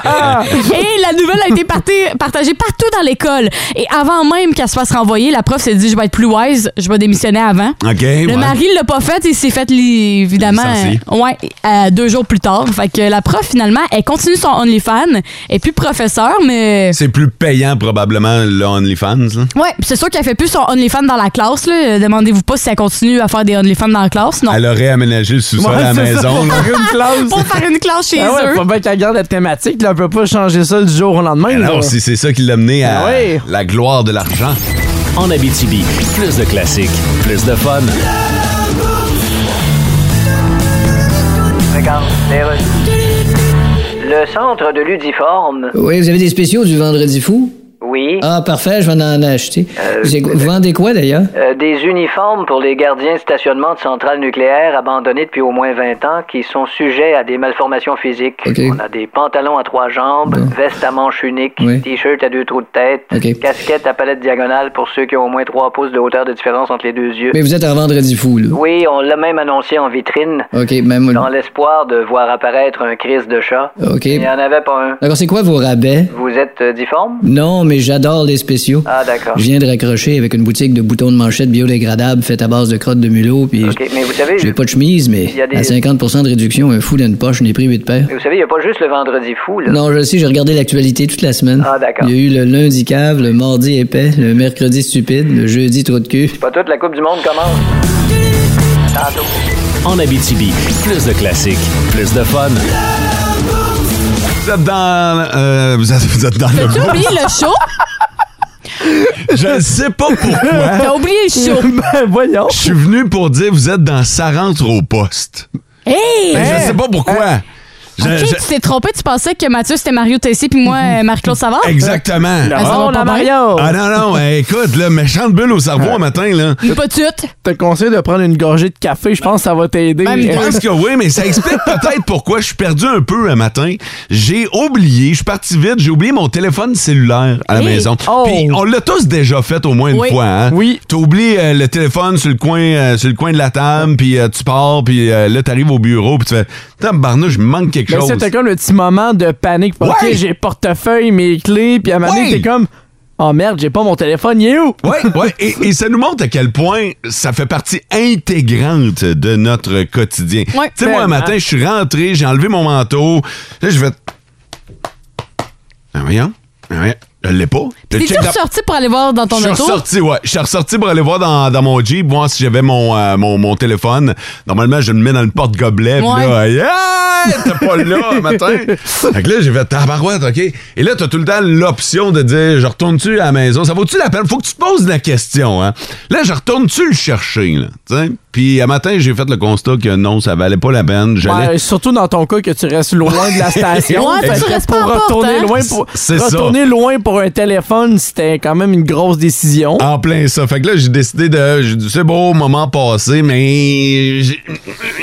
S5: et la nouvelle a été partée- partagée partout dans l'école. Et avant même qu'elle se fasse renvoyer, la prof s'est dit, je vais être plus wise, je vais démissionner avant.
S3: OK.
S5: Le
S3: Eh ouais.
S5: mari l'a pas fait, il s'est fait li- évidemment
S3: Licencié.
S5: euh, ouais, euh, deux jours plus tard. Fait que la prof finalement, elle continue son OnlyFans, elle est plus professeur, mais
S3: C'est plus payant, probablement, le OnlyFans, là.
S5: ouais, puis c'est sûr qu'elle fait plus son OnlyFans dans la classe là. Demandez-vous pas si elle continue à faire des OnlyFans dans la classe, non.
S3: Elle aurait aménagé le sous-sol
S4: Ouais,
S3: à la
S4: c'est ça,
S3: maison,
S4: pour
S3: là.
S4: faire une classe.
S5: Pour faire une classe chez
S4: Ah ouais,
S5: eux.
S4: faut bien qu'elle garde la thématique, là. On peut pas changer ça du jour au lendemain,
S3: Mais
S4: là.
S3: Ben non, si c'est ça qui l'a mené à
S4: Ah oui.
S3: la gloire de l'argent.
S2: En Abitibi, plus de classiques, plus de fun.
S12: Le centre de l'Udiforme.
S6: Oui, vous avez des spéciaux du Vendredi fou?
S12: oui.
S6: Ah, parfait, je vais en acheter.
S12: Euh,
S6: Vous- Vous vendez quoi, d'ailleurs?
S12: Euh, des uniformes pour les gardiens de stationnement de centrales nucléaires abandonnées depuis au moins 20 ans qui sont sujets à des malformations physiques. On a des pantalons à trois jambes, veste à manches uniques,
S6: Oui.
S12: t-shirt à deux trous de tête,
S6: Ok.
S12: casquette à palette diagonale pour ceux qui ont au moins trois pouces de hauteur de différence entre les deux yeux.
S6: Mais vous êtes en vendredi fou, là. Ah,
S12: Oui, on l'a même annoncé en vitrine.
S6: OK, même.
S12: Dans l'espoir de voir apparaître un crise de chat.
S6: Ah, OK.
S12: Il n'y en avait pas un.
S6: D'accord, c'est quoi vos rabais?
S12: Vous êtes euh, difforme?
S6: Non, mais j'adore les spéciaux.
S12: Ah, d'accord.
S6: Je viens de raccrocher avec une boutique de boutons de manchette biodégradables faite à base de crottes de mulot. Puis
S12: OK, mais vous savez,
S6: J'ai pas de chemise, mais
S12: il y a des-
S6: à 50 de réduction, un fou d'une poche, n'est pris 8 paires.
S12: Vous savez, il n'y a pas juste le vendredi fou, là.
S6: Non, je le sais, j'ai regardé l'actualité toute la semaine.
S12: Ah, d'accord.
S6: Il y a eu le lundi cave, le mardi épais, le mercredi stupide, le jeudi trou de cul.
S12: Pas toute la Coupe du Monde commence. Tantôt.
S2: En Abitibi, plus de classiques, plus de fun.
S3: Vous êtes dans, euh, vous êtes, vous êtes dans le
S5: T'as oublié le show?
S3: Je ne sais pas pourquoi.
S5: T'as oublié le show.
S3: ben, voyons. Je suis venu pour dire vous êtes dans ça rentre au poste.
S5: Hey!
S3: Mais Ben, Je ne sais pas pourquoi. Je-
S5: Eh. Ok,
S3: je-
S5: tu t'es trompé, tu pensais que Mathieu c'était Mario Tessier puis moi euh, Marc-Claude Savard?
S3: Exactement.
S5: Ah, ça va pas bien?
S3: Ah non, non, eh, écoute, là, méchante bulle au cerveau un matin, là.
S5: Une petite.
S4: Te conseille de prendre une gorgée de café, je pense que ça va t'aider.
S5: Ben,
S3: Je pense que oui, mais ça explique peut-être pourquoi je suis perdu un peu un matin. J'ai oublié, je suis parti vite, j'ai oublié mon téléphone cellulaire à la
S4: Hey!
S3: maison. Puis on l'a tous déjà fait au moins une
S4: Oui.
S3: fois. Hein? Oui. T'as oublié euh, le téléphone sur le coin, euh, sur le coin de la table, puis euh, tu pars, puis euh, là t'arrives au bureau, puis tu fais, tabarnouche, je me manque quelque
S4: Mais
S3: chose.
S4: c'était Ben, comme le petit moment de panique. Ok,
S3: Ouais.
S4: j'ai portefeuille, mes clés, puis à un moment donné,
S3: Ouais.
S4: t'es comme Oh merde, j'ai pas mon téléphone, il est où?
S3: Ouais, ouais. Et, et ça nous montre à quel point ça fait partie intégrante de notre quotidien.
S4: Ouais,
S3: tu sais, moi, un
S4: tellement.
S3: matin, je suis rentré, j'ai enlevé mon manteau. Là, je vais. Ah, voyons. Ah, voyons. Je l'ai pas. Le
S5: T'es-tu
S3: check de-
S5: ressorti pour aller voir dans ton
S3: je suis
S5: auto?
S3: ressorti, ouais. Je suis ressorti pour aller voir dans, dans mon Jeep, voir si j'avais mon, euh, mon, mon téléphone. Normalement, je le mets dans le porte-gobelet. Eh, puis
S5: Ouais.
S3: là, hey, hey, t'es pas là, un matin. Fait que là, j'ai fait tabarouette, OK? Et là, t'as tout le temps l'option de dire, je retourne-tu à la maison? Ça vaut-tu la peine? Faut que tu te poses la question, hein? Là, je retourne-tu le chercher, là? Tu sais? Puis, un matin, j'ai fait le constat que non, ça valait pas la peine. J'allais...
S4: Ouais, Ben, surtout dans ton cas que tu restes loin de la station.
S3: Ouais,
S4: Fait
S3: tu
S4: que
S3: restes
S4: pour
S3: pas en porte,
S4: retourner
S3: hein?
S4: loin pour
S3: C'est ça.
S4: retourner loin pour un téléphone, c'était quand même une grosse décision.
S3: En plein ça. Fait que là, j'ai décidé de. j'ai dit, C'est beau, moment passé, mais. j'ai-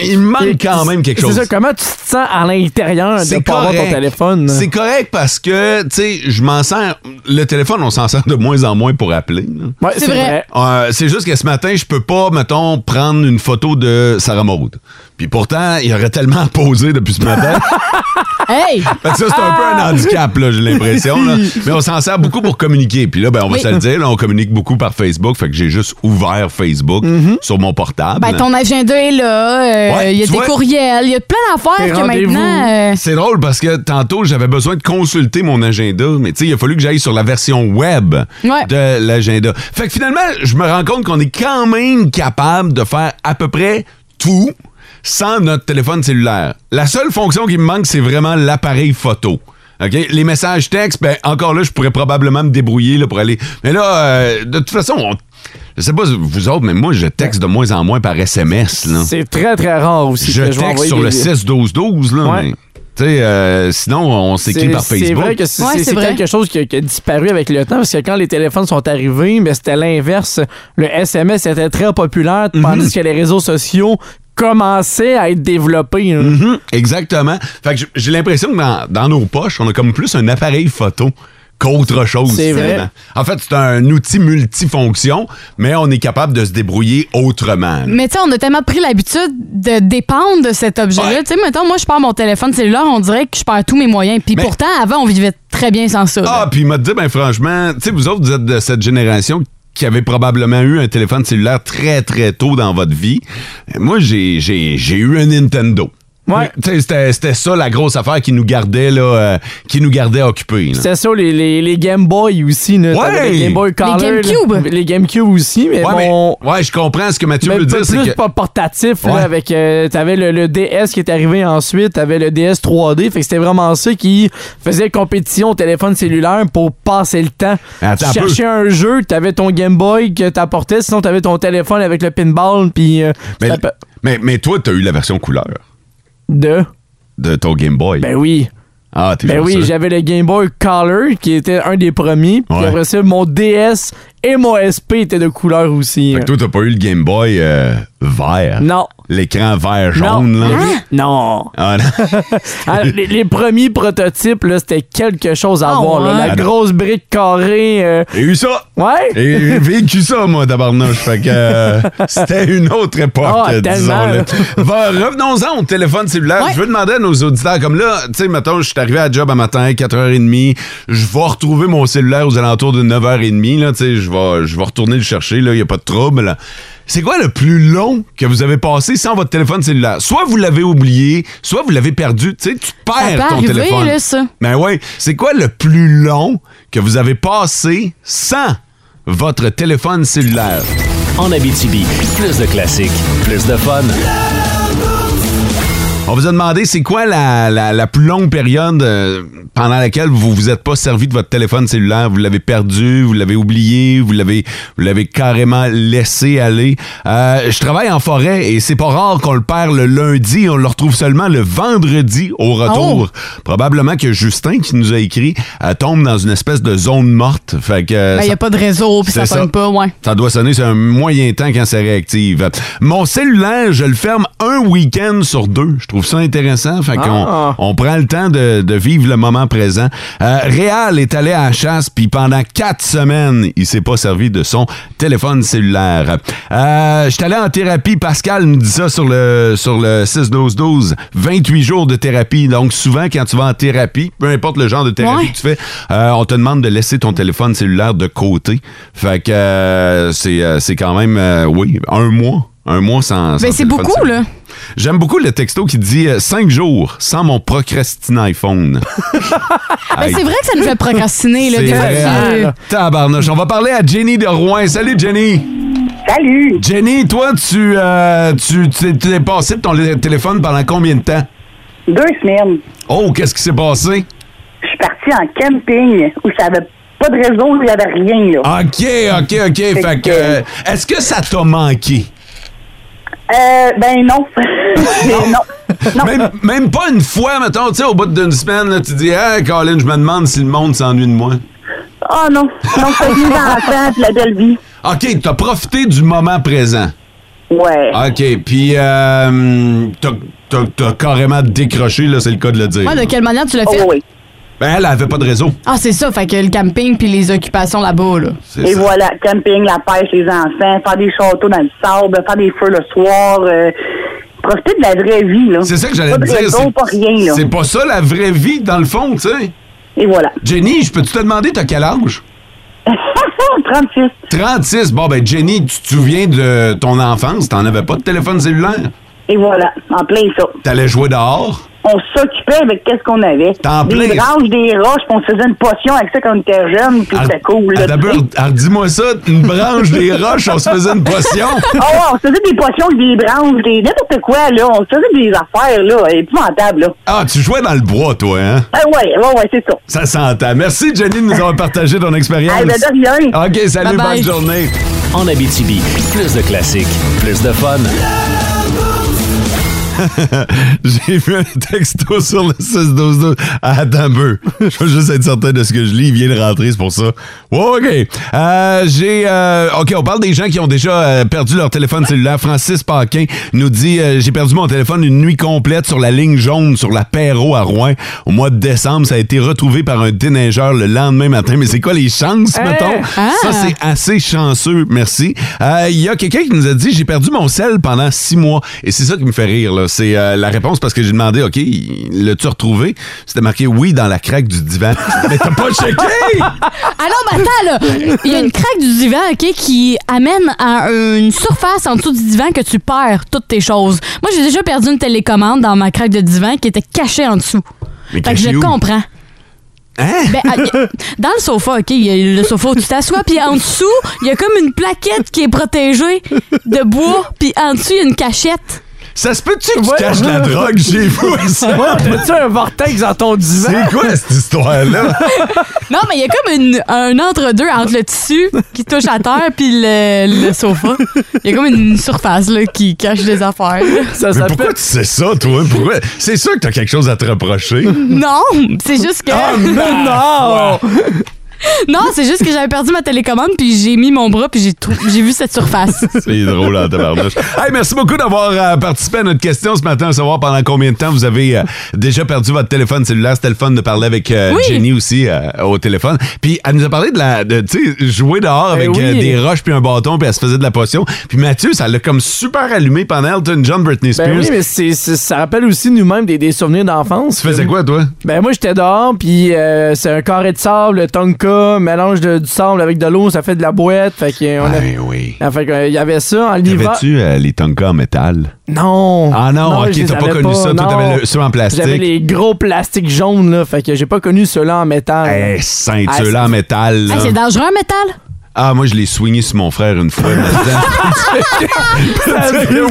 S3: Il me
S4: Et-
S3: manque quand même quelque chose.
S4: C'est ça, comment tu te sens à l'intérieur de
S3: C'est
S4: pas avoir ton
S3: correct.
S4: téléphone?
S3: C'est correct parce que, tu sais, je m'en sers. Le téléphone, on s'en sert de moins en moins pour appeler. là.
S4: Ouais, C'est c'est vrai. vrai.
S3: Euh, c'est juste que ce matin, je peux pas, mettons, prendre une photo de Sarah Maud. Puis pourtant, il y aurait tellement à poser depuis ce matin.
S5: Hey!
S3: Fait que ça, c'est un peu
S11: Ah!
S6: Ah!
S3: un handicap, là, j'ai l'impression. là. Mais on s'en sert beaucoup pour communiquer. Puis là, ben, on va
S5: Oui.
S3: se le dire, là, on communique beaucoup par Facebook. Fait que j'ai juste ouvert Facebook sur mon portable.
S5: Ben, ton agenda est là, euh, il
S3: Ouais,
S5: y a
S3: tu
S5: des
S3: vois-
S5: courriels, il y a plein
S3: Tes
S5: d'affaires que
S3: rendez-vous.
S5: maintenant. euh,
S3: C'est drôle parce que tantôt, j'avais besoin de consulter mon agenda, mais tu sais, il a fallu que j'aille sur la version web
S5: Ouais.
S3: de l'agenda. Fait que finalement, je me rends compte qu'on est quand même capable de faire à peu près tout sans notre téléphone cellulaire. La seule fonction qui me manque, c'est vraiment l'appareil photo. OK? Les messages textes, ben encore là, je pourrais probablement me débrouiller là, pour aller. Mais là, euh, de toute façon, on- je sais pas vous autres, mais moi, je texte de moins en moins par SMS. là.
S4: C'est très très rare aussi.
S3: Je
S4: que vais
S3: texte
S4: envoyer
S3: sur le
S4: des-
S3: 6-12-12, là,
S4: Ouais.
S3: mais, tu sais, euh, sinon, on s'écrit par
S4: C'est
S3: Facebook.
S4: vrai que c'est
S5: Ouais,
S4: c'est-
S5: c'est
S4: c'est
S5: vrai.
S4: quelque chose qui a, qui a disparu avec le temps parce que quand les téléphones sont arrivés, mais c'était l'inverse. Le SMS était très populaire
S3: Mhm.
S4: tandis que les réseaux sociaux commençaient à être développés. hein.
S3: Mhm, exactement. Fait que j- j'ai l'impression que dans, dans nos poches, on a comme plus un appareil photo qu'autre chose.
S4: C'est vrai.
S3: finalement. En fait, c'est un outil multifonction, mais on est capable de se débrouiller autrement. là.
S5: Mais tu sais, on a tellement pris l'habitude de dépendre de cet objet-là. Tu sais, maintenant, moi, je perds mon téléphone cellulaire, on dirait que je perds tous mes moyens. Puis pourtant, avant, on vivait très bien sans ça. là.
S3: Ah, puis il m'a dit, ben franchement, tu sais, vous autres, vous êtes de cette génération qui avait probablement eu un téléphone cellulaire très, très tôt dans votre vie. Euh, Moi, j'ai, j'ai, j'ai eu un Nintendo. Ouais. C'était, c'était ça la grosse affaire qui nous gardait, là, euh, qui nous gardait occupés. là.
S4: C'était ça, les, les, les Game Boy aussi. là. T'avais
S3: Ouais.
S4: Les Game Boy
S3: Les
S4: Color. là.
S3: GameCube.
S4: Les GameCube aussi, mais
S3: Ouais, mais-
S4: bon,
S3: ouais, je comprends ce que Mathieu
S4: Mais
S3: veut dire.
S4: plus
S3: C'est que...
S4: pas portatif là,
S3: Ouais.
S4: avec euh, t'avais le, le DS qui est arrivé ensuite t'avais le DS 3D fait que c'était vraiment ça qui faisait compétition au téléphone cellulaire pour passer le temps
S3: Attends un
S4: tu cherchais un jeu t'avais ton Game Boy que t'apportais sinon t'avais ton téléphone avec le pinball puis euh,
S3: Mais,
S4: t'appelles-
S3: mais, mais toi, t'as eu la version couleur
S4: de
S3: de ton Game Boy.
S4: ben oui
S3: Ah, t'es
S4: Ben
S3: chanceux.
S4: oui, j'avais le Game Boy Color qui était un des premiers. Puis
S3: Ouais.
S4: après ça, mon DS et mon SP étaient de couleur aussi. hein.
S3: Fait que toi, t'as pas eu le Game Boy euh, vert.
S4: Non.
S3: L'écran vert jaune,
S4: Non.
S3: là.
S4: Hein? Non.
S3: Ah, non.
S4: Ah, les, les premiers prototypes, là, c'était quelque chose à
S3: Ah
S4: voir. là.
S3: ouais?
S4: La
S3: Ah non.
S4: grosse brique carrée. euh,
S3: J'ai eu ça.
S4: Ouais.
S3: Et j'ai vécu ça, moi, tabarnouche. Fait que euh, c'était une autre époque,
S4: Ah,
S3: euh,
S4: tellement,
S3: disons-le.
S4: là.
S3: Va, revenons-en au téléphone cellulaire. Je veux demander à nos auditeurs, comme là, tu sais, mettons, je suis arrivé à la job à matin, 4h30, je vais retrouver mon cellulaire aux alentours de 9h30, là, tu sais, je vais, je vais retourner le chercher, là, il n'y a pas de trouble. C'est quoi le plus long que vous avez passé sans votre téléphone cellulaire? Soit vous l'avez oublié, soit vous l'avez perdu. Tu sais, tu perds
S5: peut
S3: ton
S5: arriver,
S3: téléphone.
S5: là, ça.
S3: Ben oui. C'est quoi le plus long que vous avez passé sans votre téléphone cellulaire?
S2: En Abitibi, plus de classiques, plus de fun.
S3: On vous a demandé c'est quoi la, la- la plus longue période euh, pendant laquelle vous vous êtes pas servi de votre téléphone cellulaire, vous l'avez perdu, vous l'avez oublié, vous l'avez vous l'avez carrément laissé aller. Euh, je travaille en forêt et c'est pas rare qu'on le perd le lundi, on le retrouve seulement le vendredi au retour.
S5: Oh!
S3: Probablement que Justin qui nous a écrit euh, tombe dans une espèce de zone morte. Fait que euh,
S5: Ben, il n'y
S3: ça-
S5: a pas de réseau, puis ça
S3: c'est
S5: sonne pas, ouais.
S3: Ça doit sonner, c'est un moyen temps quand c'est réactif. Mon cellulaire, je le ferme un week-end sur deux. Je trouve ça intéressant. Fait
S4: Ah.
S3: qu'on on prend le temps de, de vivre le moment présent. Euh, Réal est allé à la chasse, puis pendant quatre semaines, il s'est pas servi de son téléphone cellulaire. Euh, je suis allé en thérapie. Pascal me dit ça sur le, sur le 6-12-12. 28 jours de thérapie. Donc, souvent, quand tu vas en thérapie, peu importe le genre de thérapie
S5: Ouais.
S3: que tu fais, euh, on te demande de laisser ton téléphone cellulaire de côté. Fait que euh, c'est euh, c'est quand même, euh, oui, un mois. Un mois sans.
S5: Ben,
S3: sans
S5: c'est
S3: téléphone
S5: beaucoup,
S3: cellulaire.
S5: là.
S3: J'aime beaucoup le texto qui dit 5 jours sans mon procrastinant iPhone.
S5: Ben, c'est vrai que ça nous fait procrastiner, là.
S3: C'est
S5: des fois,
S3: vrai.
S5: tu-
S3: Ah, Tabarnouche. On va parler à Jenny de Rouen. Salut, Jenny. Salut. Jenny, toi, tu, euh, tu, tu t'es- tu t'es passé de ton lé- téléphone pendant combien de temps?
S13: Deux semaines.
S3: Oh, qu'est-ce qui s'est passé?
S13: Je suis partie en camping où ça avait pas de réseau, il n'y avait rien. Là.
S3: Ah, OK, OK, OK. Fait, que, euh, est-ce que ça t'a manqué?
S13: Euh, ben non. non.
S3: Même, même pas une fois, mettons, tu sais, au bout d'une semaine, là, tu dis, hey, Colin, je me demande si le monde s'ennuie de moi.
S13: Oh non. Donc, c'est venu l'enfant et la belle vie.
S3: OK, t'as profité du moment présent.
S13: Ouais.
S3: OK, puis euh, t'as- t'as t'as carrément décroché, là, c'est le cas de le dire.
S5: Ouais, de quelle manière
S13: Oh,
S5: tu l'as fait?
S3: Ben, elle avait pas de réseau.
S5: Ah, c'est ça, fait que le camping puis les occupations là-bas, là.
S13: Et voilà, camping, la pêche, les enfants, faire des châteaux dans le sable, faire des feux le soir, euh, profiter de la vraie vie. là.
S3: C'est ça que j'allais
S13: Pas
S3: te
S13: de
S3: dire.
S13: réseau,
S3: c'est-
S13: pas rien. Là.
S3: C'est pas ça la vraie vie, dans le fond, tu sais.
S13: Et voilà.
S3: Jenny, je peux-tu te demander, t'as quel âge?
S13: 36.
S3: 36. Bon, ben, Jenny, tu te souviens de ton enfance? T'en avais pas de téléphone cellulaire?
S13: Et voilà, en plein ça.
S3: T'allais jouer dehors?
S13: On s'occupait avec qu'est-ce qu'on avait. Des
S3: plein.
S13: branches, des roches, puis on se faisait une potion avec ça quand on était jeune, puis c'était cool. là,
S3: Ah, d'abord,
S13: tu sais.
S3: alors, dis-moi ça, une branche des roches, on se faisait une potion.
S13: Ah ouais, on se faisait des potions avec des branches, des n'importe quoi, là. On se faisait des affaires, là, épouvantables, là.
S3: Ah, tu jouais dans le bois, toi, hein?
S13: Ah ouais, ouais, ouais, c'est ça.
S3: Ça s'entend. Merci, Jenny, de nous avoir partagé ton expérience.
S13: Ah, ben, de rien.
S3: OK, salut,
S13: Bye-bye.
S3: bonne journée.
S2: En Abitibi, plus de classiques, plus de fun.
S3: J'ai vu un texto sur le 6-12-12. Ah, Attends un peu. Je veux juste être certain de ce que je lis. Il vient de rentrer, c'est pour ça. Ouais, OK. Euh, J'ai. euh, OK, on parle des gens qui ont déjà euh, perdu leur téléphone cellulaire. Francis Paquin nous dit euh, J'ai perdu mon téléphone une nuit complète sur la ligne jaune, sur la Perrault à Rouen. Au mois de décembre, ça a été retrouvé par un déneigeur le lendemain matin. Mais c'est quoi les chances,
S11: Hey!
S3: mettons?
S11: Ah!
S3: Ça, c'est assez chanceux, merci. Euh, Il y a quelqu'un qui nous a dit j'ai perdu mon sel pendant six mois. Et c'est ça qui me fait rire, là. C'est euh, la réponse parce que j'ai demandé OK, l'as-tu retrouvé C'était marqué oui dans la craque du divan. Mais t'as pas checké
S5: Ah non, mais attends, là! Il y a une craque du divan, OK, qui amène à une surface en dessous du divan que tu perds toutes tes choses. Moi, j'ai déjà perdu une télécommande dans ma craque de divan qui était cachée en dessous.
S3: Mais
S5: fait que
S3: cachée
S5: je
S3: où?
S5: comprends.
S3: Hein?
S5: Ben, ah, y- dans le sofa, OK, il y a le sofa où tu t'assois, puis en dessous, il y a comme une plaquette qui est protégée de bois, puis en dessous, il y a une cachette.
S3: Ça se peut-tu que tu
S4: Ouais.
S3: caches la drogue chez vous? ça?
S4: Ouais, t'as-tu un vortex dans ton divan?
S3: C'est quoi cette histoire-là?
S5: Non, mais il y a comme une- un entre-deux entre le tissu qui touche à terre puis le, le sofa. Il y a comme une surface là, qui cache des affaires.
S4: Ça
S3: Mais pourquoi tu sais ça, toi? Pourquoi? C'est sûr que t'as quelque chose à te reprocher.
S5: Non, c'est juste que.
S3: Ah, mais non!
S5: Non, c'est juste que j'avais perdu ma télécommande puis j'ai mis mon bras puis j'ai trou- j'ai vu cette surface.
S3: C'est drôle, en tabarnouche. Hey, merci beaucoup d'avoir euh, participé à notre question ce matin, à savoir pendant combien de temps vous avez euh, déjà perdu votre téléphone cellulaire. C'était le fun de parler avec euh,
S14: Oui.
S3: Jenny aussi euh, au téléphone. Puis elle nous a parlé de la, de, tu sais, jouer dehors avec
S14: oui.
S3: euh, des roches puis un bâton, puis elle se faisait de la potion. Puis Mathieu, ça l'a comme super allumé pendant Elton John, Britney Spears.
S4: Ben oui, mais c'est- c'est- ça rappelle aussi nous-mêmes des, des souvenirs d'enfance.
S3: Tu faisais quoi, toi?
S4: Ben moi, j'étais dehors, puis euh, c'est un carré de sable, le tonka, mélange de- du sable avec de l'eau, ça fait de la boîte. Fait que on a- Ah, fait que, euh, il y avait ça en l'hiver.
S3: Ben T'avais-tu euh, les Tonka en métal?
S4: Non.
S3: Ah non, ok,
S4: je les
S3: t'as pas
S4: avais
S3: connu ça. Toi,
S4: non.
S3: t'avais le- ceux en plastique.
S4: J'avais les gros plastiques jaunes, là. Fait que j'ai pas connu ceux-là en métal.
S3: Eh, ceinture-là
S4: Ah,
S3: en métal. là.
S5: Hey, c'est dangereux un métal?
S3: Ah, moi, je l'ai swingé sur mon frère une fois. mais-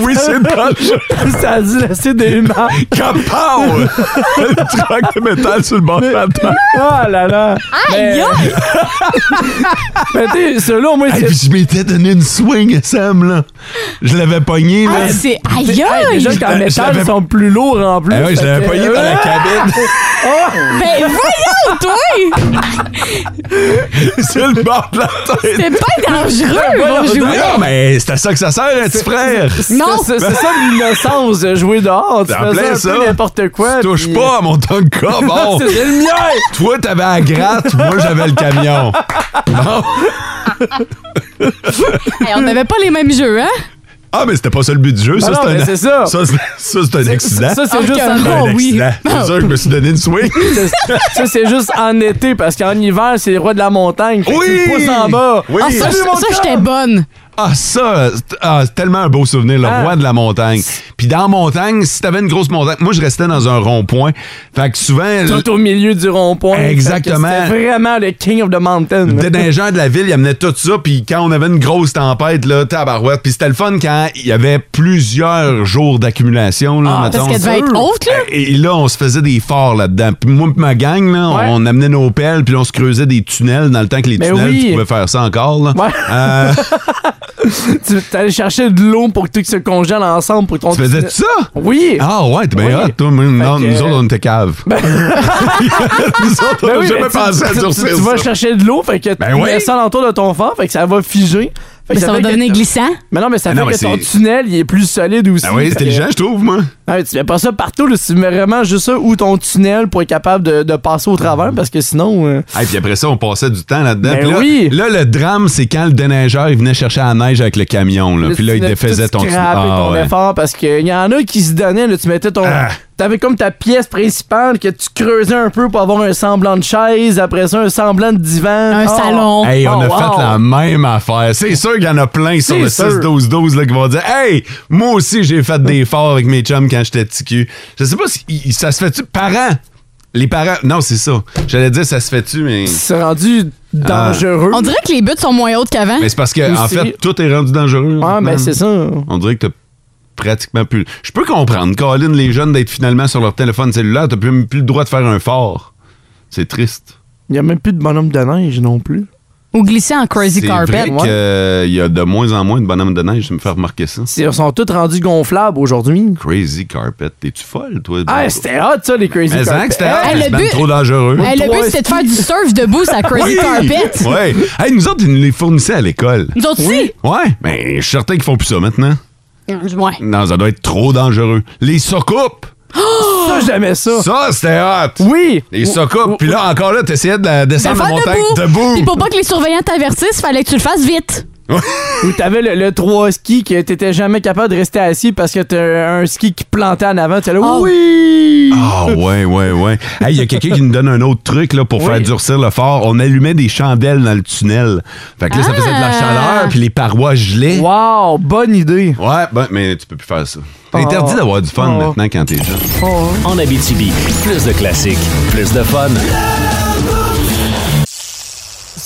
S3: oui, c'est dangereux.
S4: Ça a dû laisser des marques.
S3: Capao! Un truc de métal sur le bord de la table.
S4: Oh là là!
S11: Aïe, aïe!
S4: Mais tu sais, ceux-là, au moins,
S3: Hey, puis je m'étais donné une swing, Sam, là. Je l'avais pogné, là.
S4: Ah, c'est-
S5: aïe,
S4: Hey,
S5: aïe!
S4: déjà qu'en
S3: Je
S4: métal,
S3: l'avais-
S4: ils sont plus lourds en plus.
S3: Eh oui, je
S4: fait
S3: l'avais
S4: que-
S3: pogné dans la cabine.
S11: Oh!
S5: Ben voyons, toi!
S3: sur le bord de la tête.
S5: C'est pas dangereux, mon jouet!
S3: Non, mais c'est à ça que ça sert, un petit frère.
S4: Non! C'est c'est ça l'innocence de jouer dehors. Tu
S3: C'est en
S4: faisais
S3: plein
S4: un
S3: ça.
S4: peu n'importe quoi.
S3: Touche
S4: puis-
S3: pas à mon Tonka, bon.
S4: C'est le mien!
S3: Toi, t'avais la gratte, moi, j'avais le camion. Bon.
S5: Hey, on n'avait pas les mêmes jeux, hein?
S3: Ah, mais c'était pas ça le but du jeu.
S5: Ben
S4: Ah
S3: ça,
S5: non,
S3: c'est
S5: mais
S3: un,
S5: c'est ça.
S3: Ça, c'est- ça, c'est un accident.
S4: ça, c'est Ah, juste
S3: un
S4: un con, oui.
S3: accident. C'est sûr que je me suis donné une swing.
S4: Ça, c'est juste en été, parce qu'en hiver, c'est les rois de la montagne. Fait que
S3: Oui!
S4: Tu le pousses en bas.
S3: Oui.
S5: Ah, ça,
S3: Salut, mon
S5: ça,
S3: chum!
S5: j'étais bonne. Ah.
S3: Ah, ça, c'est ah, c'est tellement un beau souvenir, le roi de la montagne. Puis dans la montagne, si t'avais une grosse montagne, moi, je restais dans un rond-point. Fait que souvent.
S4: Tout au milieu du rond-point.
S3: Exactement.
S4: Fait que C'était vraiment le king of the mountain.
S3: Des déneigeurs de la ville, ils amenaient tout ça, puis quand on avait une grosse tempête, là, tabarouette. Puis c'était le fun quand il y avait plusieurs jours d'accumulation, là,
S5: Ah,
S3: mettons.
S5: parce qu'elle devait être haute, là.
S3: Et là, on se faisait des forts là-dedans. Puis moi pis ma gang, là,
S4: Ouais.
S3: on amenait nos pelles, puis on se creusait des tunnels dans le temps que les
S4: Ben
S3: tunnels,
S4: oui.
S3: tu pouvais faire ça encore, là. Euh,
S4: tu t'allais chercher de l'eau pour que tout se congèle ensemble pour que ton.
S3: tu faisais ça?
S4: Oui!
S3: Ah ouais, t'es bien hot, toi. Moi, non, nous autres, on était cave. nous autres, on
S4: Ben
S3: n'a
S4: oui,
S3: jamais
S4: mais tu-
S3: pensé à
S4: tu-
S3: durcir
S4: tu, tu vas
S3: ça.
S4: chercher de l'eau, fait que tu
S3: Ben ouais.
S4: mets ça l'entour de ton phare, fait que ça va figer. Fait que
S5: Mais ça va
S4: fait que-
S5: devenir glissant.
S4: Mais non, mais ça
S3: Ah non,
S4: fait
S3: mais
S4: que ton
S3: c'est-
S4: tunnel, il est plus solide aussi.
S3: Ah oui, c'est intelligent, je trouve, moi.
S4: Ah, mais tu mets pas ça partout, là. Tu mets vraiment juste ça où ton tunnel pour être capable de, de passer au travers, parce que sinon... euh,
S3: Et puis après ça, on passait du temps là-dedans.
S4: Ben
S3: Puis là,
S4: oui.
S3: là, le drame, c'est quand le déneigeur, il venait chercher la neige avec le camion. Là. Ah, Puis là, il
S4: tu
S3: défaisait
S4: tout
S3: ton
S4: scrapé,
S3: Ah,
S4: ton
S3: ouais. Ah.
S4: effort parce qu'il y en a qui se donnaient, là, tu mettais ton. T'avais comme ta pièce principale que tu creusais un peu pour avoir un semblant de chaise, après ça un semblant de divan. Ah. Un Oh,
S5: salon.
S3: Hey, on a fait la même affaire. C'est sûr qu'il y en a plein sur
S4: C'est
S3: le
S4: sûr.
S3: 6-12-12 là, qui vont dire Hey, moi aussi, j'ai fait des forts avec mes chums quand j'étais petit cul. Je sais pas si il- ça se fait-tu parents. Les parents. Non, c'est ça. J'allais dire ça se fait-tu, mais.
S4: C'est rendu dangereux.
S5: On dirait que les buts sont moins hautes qu'avant.
S3: Mais c'est parce que, en
S4: Aussi.
S3: fait, tout est rendu dangereux.
S4: Hein? Ah,
S3: maintenant.
S4: ben, c'est ça.
S3: On dirait que t'as pratiquement plus. Je peux comprendre, Colin, les jeunes d'être finalement sur leur téléphone cellulaire, t'as plus, plus le droit de faire un fort. C'est triste.
S4: Il y a même plus de bonhomme de neige non plus.
S5: Ou glisser en crazy
S3: C'est
S5: carpet.
S3: vrai qu'il y a de moins en moins de bonhommes de neige, je me fais remarquer ça.
S4: Ils sont tous rendus gonflables aujourd'hui.
S3: Crazy carpet, t'es-tu folle, toi?
S4: Ah, c'était hot ça, les crazy
S3: Mais c'est
S4: carpets.
S3: vrai que c'était
S4: Hey,
S3: hot, mais
S5: le
S3: c'est ben
S5: but-
S3: trop dangereux.
S5: Hey, le but, c'était de faire du surf debout sur la crazy carpet.
S3: Ouais. Hey, nous autres, ils nous les fournissaient à l'école.
S5: Nous autres aussi?
S3: Ouais, mais je suis certain qu'ils font plus ça maintenant.
S5: Ouais.
S3: Non, ça doit être trop dangereux. Les soucoupes!
S4: Ça, j'aimais ça.
S3: Ça, c'était hot!
S4: Oui!
S3: Les soucoupes, puis là, encore là, t'essayais de la descendre la
S5: Faire
S3: montagne
S5: debout. Puis pour pas que les surveillants t'avertissent, fallait que tu le fasses vite.
S4: Où t'avais le, le 3 ski que t'étais jamais capable de rester assis parce que t'as un ski qui plantait en avant. T'es là, oui!
S3: Ah ouais, ouais, ouais. Hey, il y a quelqu'un qui nous donne un autre truc là, pour
S4: Oui.
S3: faire durcir le fort. On allumait des chandelles dans le tunnel. Fait que là, ça faisait de la chaleur, puis les parois gelaient.
S4: Ah! Wow, bonne idée. Ah.
S3: Ouais, ben, mais tu peux plus faire ça. T'es
S2: Oh.
S3: interdit d'avoir du fun
S2: Oh.
S3: maintenant quand t'es jeune.
S4: Oh.
S2: En Abitibi, plus de classiques, plus de fun.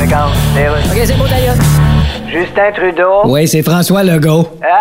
S12: Regarde, c'est vrai.
S7: OK, c'est beau, d'ailleurs.
S12: Justin Trudeau.
S6: Oui, c'est François Legault.
S12: Ah!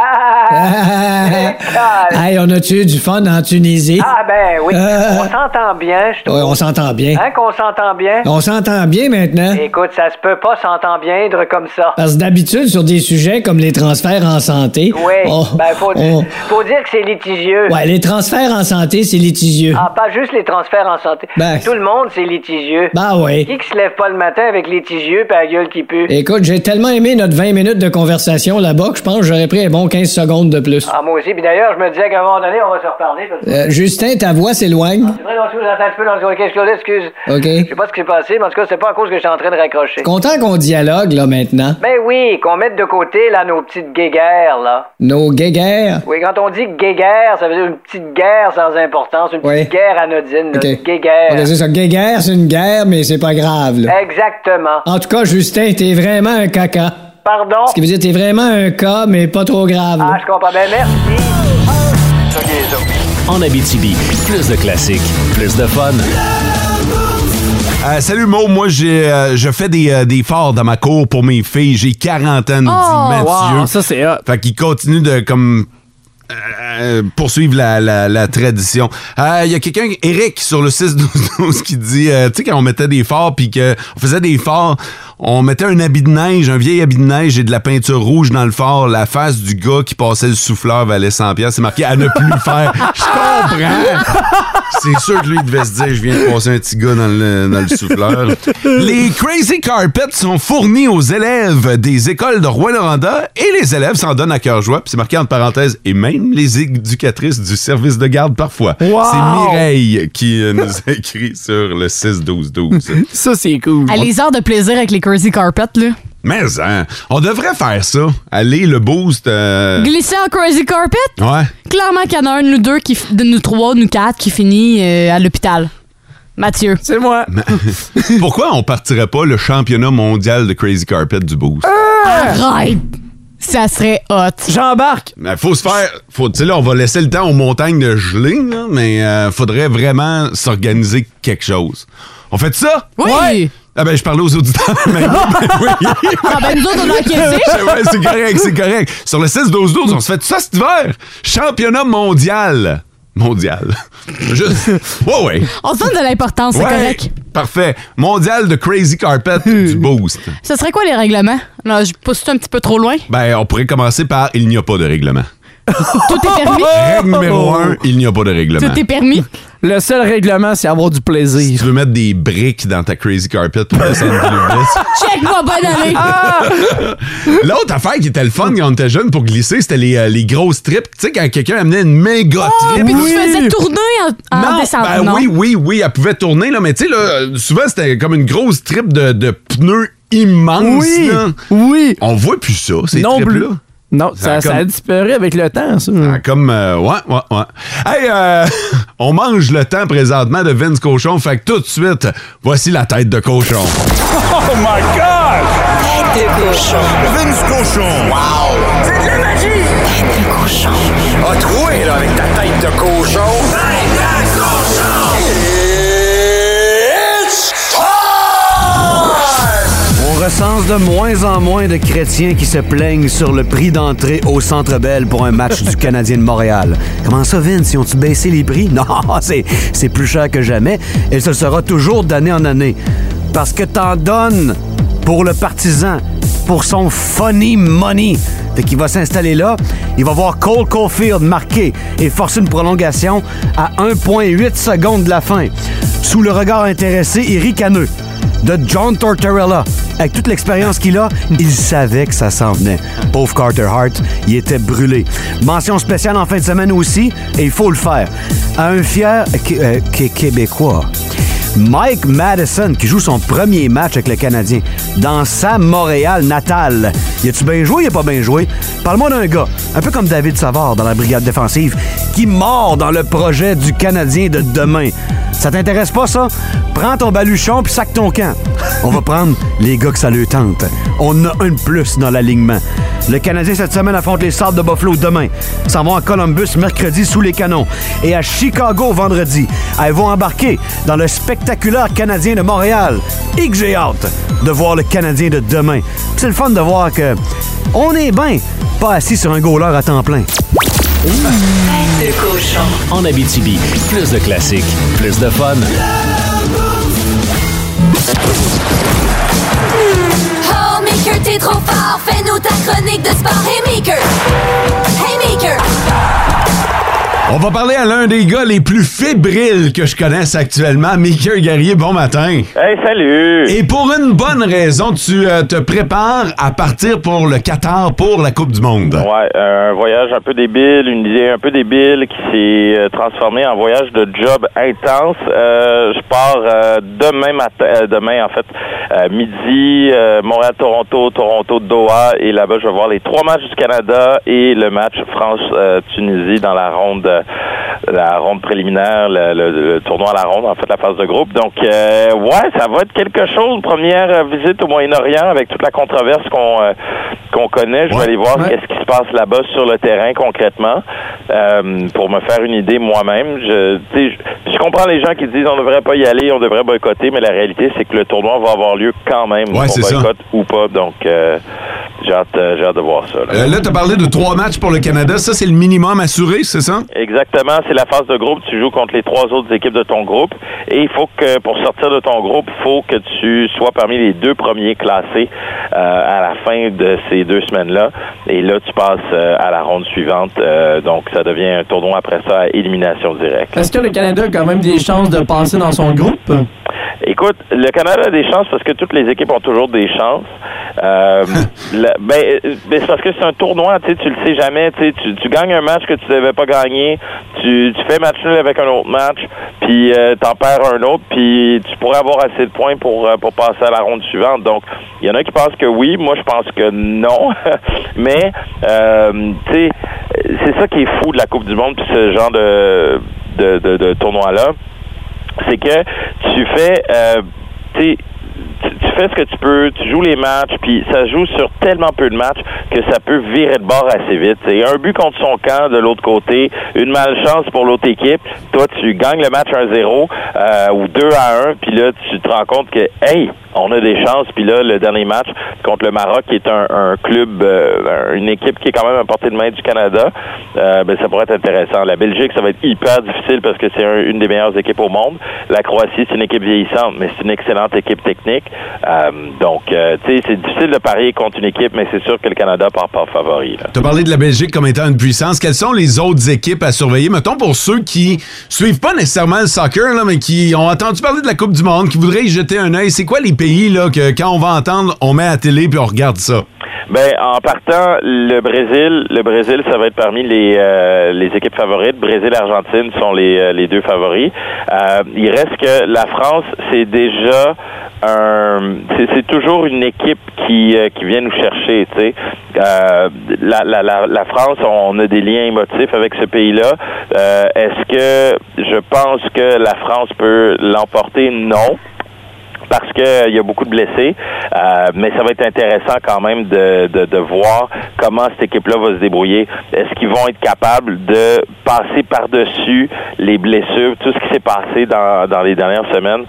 S6: Hey, on a-tu eu du fun en Tunisie?
S12: Ah ben oui,
S6: Euh.
S12: on s'entend bien, je trouve.
S6: Ouais, on s'entend bien.
S12: Hein qu'on s'entend bien?
S6: On s'entend bien maintenant.
S12: Écoute, ça se peut pas s'entendre bien comme ça.
S6: Parce que d'habitude, sur des sujets comme les transferts en santé,
S12: Oui,
S6: on-
S12: ben faut, di-
S6: on-
S12: faut dire que c'est litigieux.
S6: Ouais, les transferts en santé, c'est litigieux.
S12: Ah, pas juste les transferts en santé.
S6: Ben.
S12: Tout le monde, c'est litigieux.
S6: Ben oui.
S12: Qui qui se lève pas le matin avec litigieux pis la gueule qui pue?
S6: Écoute, j'ai tellement aimé notre 20 minutes de conversation là-bas que je pense que j'aurais pris un bon 15 secondes de plus.
S12: Ah, moi aussi. Puis d'ailleurs, je me disais qu'à un moment donné, on va se reparler. Parce... que-
S6: Euh, Justin, ta voix s'éloigne.
S12: C'est vrai, donc, je vous entends un petit peu dans le... Ok, je suis excuse.
S6: OK.
S12: Je sais pas ce qui s'est passé, mais en tout cas, c'est pas à cause que j'étais en train de raccrocher.
S6: Content qu'on dialogue, là, maintenant.
S12: Ben oui, qu'on mette de côté, là, nos petites guéguerres, là.
S6: Nos guéguerres.
S12: Oui, quand on dit guéguerre, ça veut dire une petite guerre sans importance, une petite
S6: Oui.
S12: guerre anodine, là,
S6: OK.
S12: une guéguerre.
S6: On a dit ça, guéguerre, c'est une guerre, mais c'est pas grave, là.
S12: Exactement.
S6: En tout cas, Justin, t'es vraiment un caca.
S12: Pardon?
S6: Ce qui veut dire, t'es vraiment un cas, mais pas trop grave, là.
S12: Ah, je comprends bien, merci.
S2: En Abitibi, plus de classiques, plus de fun.
S3: Euh, salut Mo, moi j'ai euh, je fais des, euh, des forts dans ma cour pour mes filles. J'ai 40 ans, nous
S4: Oh!
S3: dit Mathieu.
S4: Wow, ça, c'est hot.
S3: Fait qu'ils continuent de comme euh, poursuivre la, la- la tradition. Il y a quelqu'un, Eric, sur le 6-12-12, qui dit, euh, tu sais, quand on mettait des forts, puis qu'on faisait des forts, on mettait un habit de neige, un vieil habit de neige et de la peinture rouge dans le fort. La face du gars qui passait le souffleur valait 100 pièces. C'est marqué à ne plus faire.
S12: Ah!
S3: Je comprends. C'est sûr que lui, il devait se dire, je viens de passer un petit gars dans le, dans le souffleur. Les Crazy Carpets sont fournis aux élèves des écoles de Rouen-Noranda et les élèves s'en donnent à cœur joie. Puis c'est marqué entre parenthèses, et même les éducatrices du service de garde parfois. C'est Mireille qui euh, nous a écrit sur le 6-12-12.
S4: Ça, c'est cool.
S5: À Ah, les heures de plaisir avec les Crazy Carpet, là.
S3: Mais hein, on devrait faire ça. Aller le boost. euh,
S5: Glisser en Crazy Carpet?
S3: Ouais.
S5: Clairement qu'il y en a un de nous deux, qui, f- de nous trois, nous quatre, qui finit euh, à l'hôpital. Mathieu.
S4: C'est moi.
S3: Pourquoi on partirait pas le championnat mondial de Crazy Carpet du boost?
S5: Arrête! Ça serait hot.
S4: J'embarque.
S3: Ben, faut se faire. Faut, tu sais, là, on va laisser le temps aux montagnes de geler, là, mais euh, faudrait vraiment s'organiser quelque chose. On fait ça?
S5: Oui!
S3: Ah ben, je parlais aux auditeurs, mais oui, ben oui.
S5: Ah ben, nous autres, on a enquêté.
S3: Ouais, ouais, c'est correct, c'est correct. Sur le 16-12-12, on se fait ça cet hiver. Championnat mondial. Mondial. Juste. Ouais, ouais.
S5: On se donne de l'importance, c'est
S3: Ouais,
S5: correct.
S3: Parfait. Mondial de Crazy Carpet du Boost.
S5: Ce serait quoi les règlements? Non, je pousse un petit peu trop loin.
S3: Ben, on pourrait commencer par il n'y a pas de règlement.
S5: Tout est permis.
S3: Règle numéro un, il n'y a pas de règlement.
S5: Tout est permis.
S4: Le seul règlement, c'est avoir du plaisir.
S3: Tu veux mettre des briques dans ta crazy carpet pour descendre plus vite.
S5: Check, moi, bonne année.
S3: L'autre affaire qui était le fun quand on était jeune pour glisser, c'était les, euh, les grosses tripes. Tu sais, quand quelqu'un amenait une méga
S5: Oh,
S3: trip.
S5: puis tu faisais tourner en, en
S3: Non,
S5: descendant.
S3: ben
S5: Ah, non?
S3: oui, oui, oui, elle pouvait tourner, là, mais tu sais, là, euh, souvent c'était comme une grosse trip de, de pneus immense.
S4: Oui,
S3: là.
S4: oui.
S3: On voit plus ça, ces
S4: non plus.
S3: tripes-là.
S4: Non, ça,
S3: Ça
S4: ça a
S3: comme-
S4: disparu avec le temps, ça.
S3: Ah, Comme, euh, ouais, ouais, ouais. Hey, euh, on mange le temps présentement de Vince Cochon, fait que tout de suite, voici la tête de cochon.
S11: Oh my God! Tête de cochon. Vince cochon. Wow! C'est de la magie! Tête de cochon. A troué, là, avec ta tête de cochon. Tête de cochon! It's
S14: On recense de moins en moins de chrétiens qui se plaignent sur le prix d'entrée au Centre Bell pour un match du Canadien de Montréal. Comment ça, Vince? Ils ont-tu baissé les prix? Non, c'est, c'est plus cher que jamais et ce sera toujours d'année en année. Parce que t'en donnes pour le partisan, pour son funny money. Fait qu'il va s'installer là, il va voir Cole Caulfield marquer et forcer une prolongation à 1,8 secondes de la fin. Sous le regard intéressé et ricaneux de John Tortorella. Avec toute l'expérience qu'il a, il savait que ça s'en venait. Pauvre Carter Hart, il était brûlé. Mention spéciale en fin de semaine aussi, et il faut le faire, à un fier Qué- euh, Qué- Québécois. Mike Madison, qui joue son premier match avec le Canadien dans sa Montréal natale. Y a-tu bien joué, y a pas bien joué? Parle-moi d'un gars, un peu comme David Savard dans la brigade défensive, qui mord dans le projet du Canadien de demain. Ça t'intéresse pas, ça? Prends ton baluchon puis sac ton camp. On va prendre les gars que ça le tente. On a un de plus dans l'alignement. Le Canadien cette semaine affronte les Sables de Buffalo demain. Ils s'en vont à Columbus mercredi sous les canons et à Chicago vendredi. Elles vont embarquer dans le spectaculaire Canadien de Montréal. Et que j'ai hâte de voir le Canadien de demain. Puis C'est le fun de voir que on est bien pas assis sur un goaler à temps plein.
S2: de cochon. En Abitibi, plus de classiques, plus de fun.
S11: Oh, Maker, t'es trop fort. Fais-nous ta chronique de sport. Hey, Maker. Hey, Maker.
S3: On va parler à l'un des gars les plus fébriles que je connaisse actuellement, Mickey Guerrier, bon matin.
S15: Hey, salut!
S3: Et pour une bonne raison, tu euh, te prépares à partir pour le Qatar pour la Coupe du Monde.
S15: Ouais, euh, un voyage un peu débile, une idée un peu débile qui s'est euh, transformée en voyage de job intense. Euh, je pars euh, demain matin, euh, demain en fait, euh, midi, euh, Montréal-Toronto, Toronto-Doha, et là-bas je vais voir les trois matchs du Canada et le match France-Tunisie dans la ronde, euh, la ronde préliminaire, le, le- le tournoi à la ronde, en fait la phase de groupe. Donc euh, ouais, ça va être quelque chose. Première euh, visite au Moyen-Orient avec toute la controverse qu'on euh, qu'on connaît. Je vais aller voir qu'est-ce qui se passe là-bas sur le terrain concrètement euh, pour me faire une idée moi-même. Je, tu sais, je, je comprends les gens qui disent on ne devrait pas y aller, on devrait boycotter, mais la réalité c'est que le tournoi va avoir lieu quand même, qu'on
S3: Ouais, c'est ça.
S15: boycotte ou pas. Donc euh, j'ai hâte, euh, j'ai hâte de voir ça. là.
S3: Euh, là, tu as parlé de trois matchs pour le Canada. Ça, c'est le minimum assuré, c'est ça?
S15: Exactement, c'est la phase de groupe. Tu joues contre les trois autres équipes de ton groupe. Et il faut que, pour sortir de ton groupe, il faut que tu sois parmi les deux premiers classés euh, à la fin de ces deux semaines-là. Et là, tu passes euh, à la ronde suivante. Euh, donc, ça devient un tournoi après ça à élimination directe.
S4: Est-ce que le Canada a quand même des chances de passer dans son groupe?
S15: Écoute, le Canada a des chances parce que toutes les équipes ont toujours des chances. Euh, la- ben, euh, ben, c'est parce que c'est un tournoi, tu sais, tu le sais jamais. Tu, sais, tu, tu gagnes un match que tu devais pas gagner, tu, tu fais match nul avec un autre match, puis euh, t'en perds un autre, puis tu pourrais avoir assez de points pour, euh, pour passer à la ronde suivante. Donc, il y en a qui pensent que oui, moi je pense que non. Mais, euh, tu sais, c'est ça qui est fou de la Coupe du Monde, puis ce genre de, de, de- de tournoi-là c'est que tu fais, euh, tu sais, tu tu fais ce que tu peux, tu joues les matchs, puis ça joue sur tellement peu de matchs que ça peut virer de bord assez vite. C'est un but contre son camp de l'autre côté, une malchance pour l'autre équipe. Toi, tu gagnes le match 1-0 euh, ou 2 à 1, puis là, tu te rends compte que, hey, on a des chances. Puis là, le dernier match contre le Maroc, qui est un, un club, euh, une équipe qui est quand même à portée de main du Canada, euh, ben, ça pourrait être intéressant. La Belgique, ça va être hyper difficile parce que c'est un- une des meilleures équipes au monde. La Croatie, c'est une équipe vieillissante, mais c'est une excellente équipe technique. Euh, donc, euh, tu sais, c'est difficile de parier contre une équipe, mais c'est sûr que le Canada part par favori. là.
S3: Tu as parlé de la Belgique comme étant une puissance. Quelles sont les autres équipes à surveiller? Mettons pour ceux qui suivent pas nécessairement le soccer, là, mais qui ont entendu parler de la Coupe du Monde, qui voudraient y jeter un œil. C'est quoi les pays là, que quand on va entendre, on met à la télé puis on regarde ça?
S15: Ben, en partant, le Brésil, le Brésil, ça va être parmi les, euh, les équipes favorites. Brésil et Argentine sont les, euh, les deux favoris. Euh, il reste que la France, c'est déjà un, c'est c'est toujours une équipe qui, euh, qui vient nous chercher. Tu sais, Euh, la, la, la, la France, on a des liens émotifs avec ce pays-là. Euh, Est-ce que je pense que la France peut l'emporter Non parce qu'il y a beaucoup de blessés, Euh, mais ça va être intéressant quand même de, de, de voir comment cette équipe-là va se débrouiller. Est-ce qu'ils vont être capables de passer par-dessus les blessures, tout ce qui s'est passé dans, dans les dernières semaines?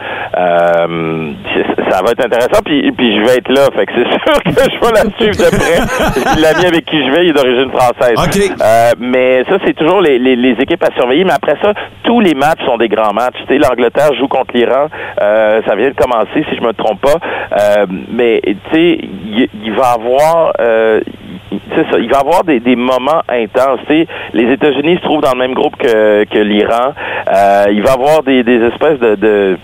S15: Euh, c'est- ça va être intéressant, puis, puis je vais être là, fait que c'est sûr que je vais la suivre de près. L'ami avec qui je vais, il est d'origine française. Euh, mais ça, c'est toujours les, les- les équipes à surveiller. Mais après ça, tous les matchs sont des grands matchs. Tu sais, l'Angleterre joue contre l'Iran. Euh, ça vient de commencer, si je me trompe pas. Euh, mais tu sais, il il va avoir, euh, il- c'est ça, il va avoir des, des moments intenses. Tu sais, les États-Unis se trouvent dans le même groupe que, que l'Iran. Euh, il va avoir des, des espèces de- de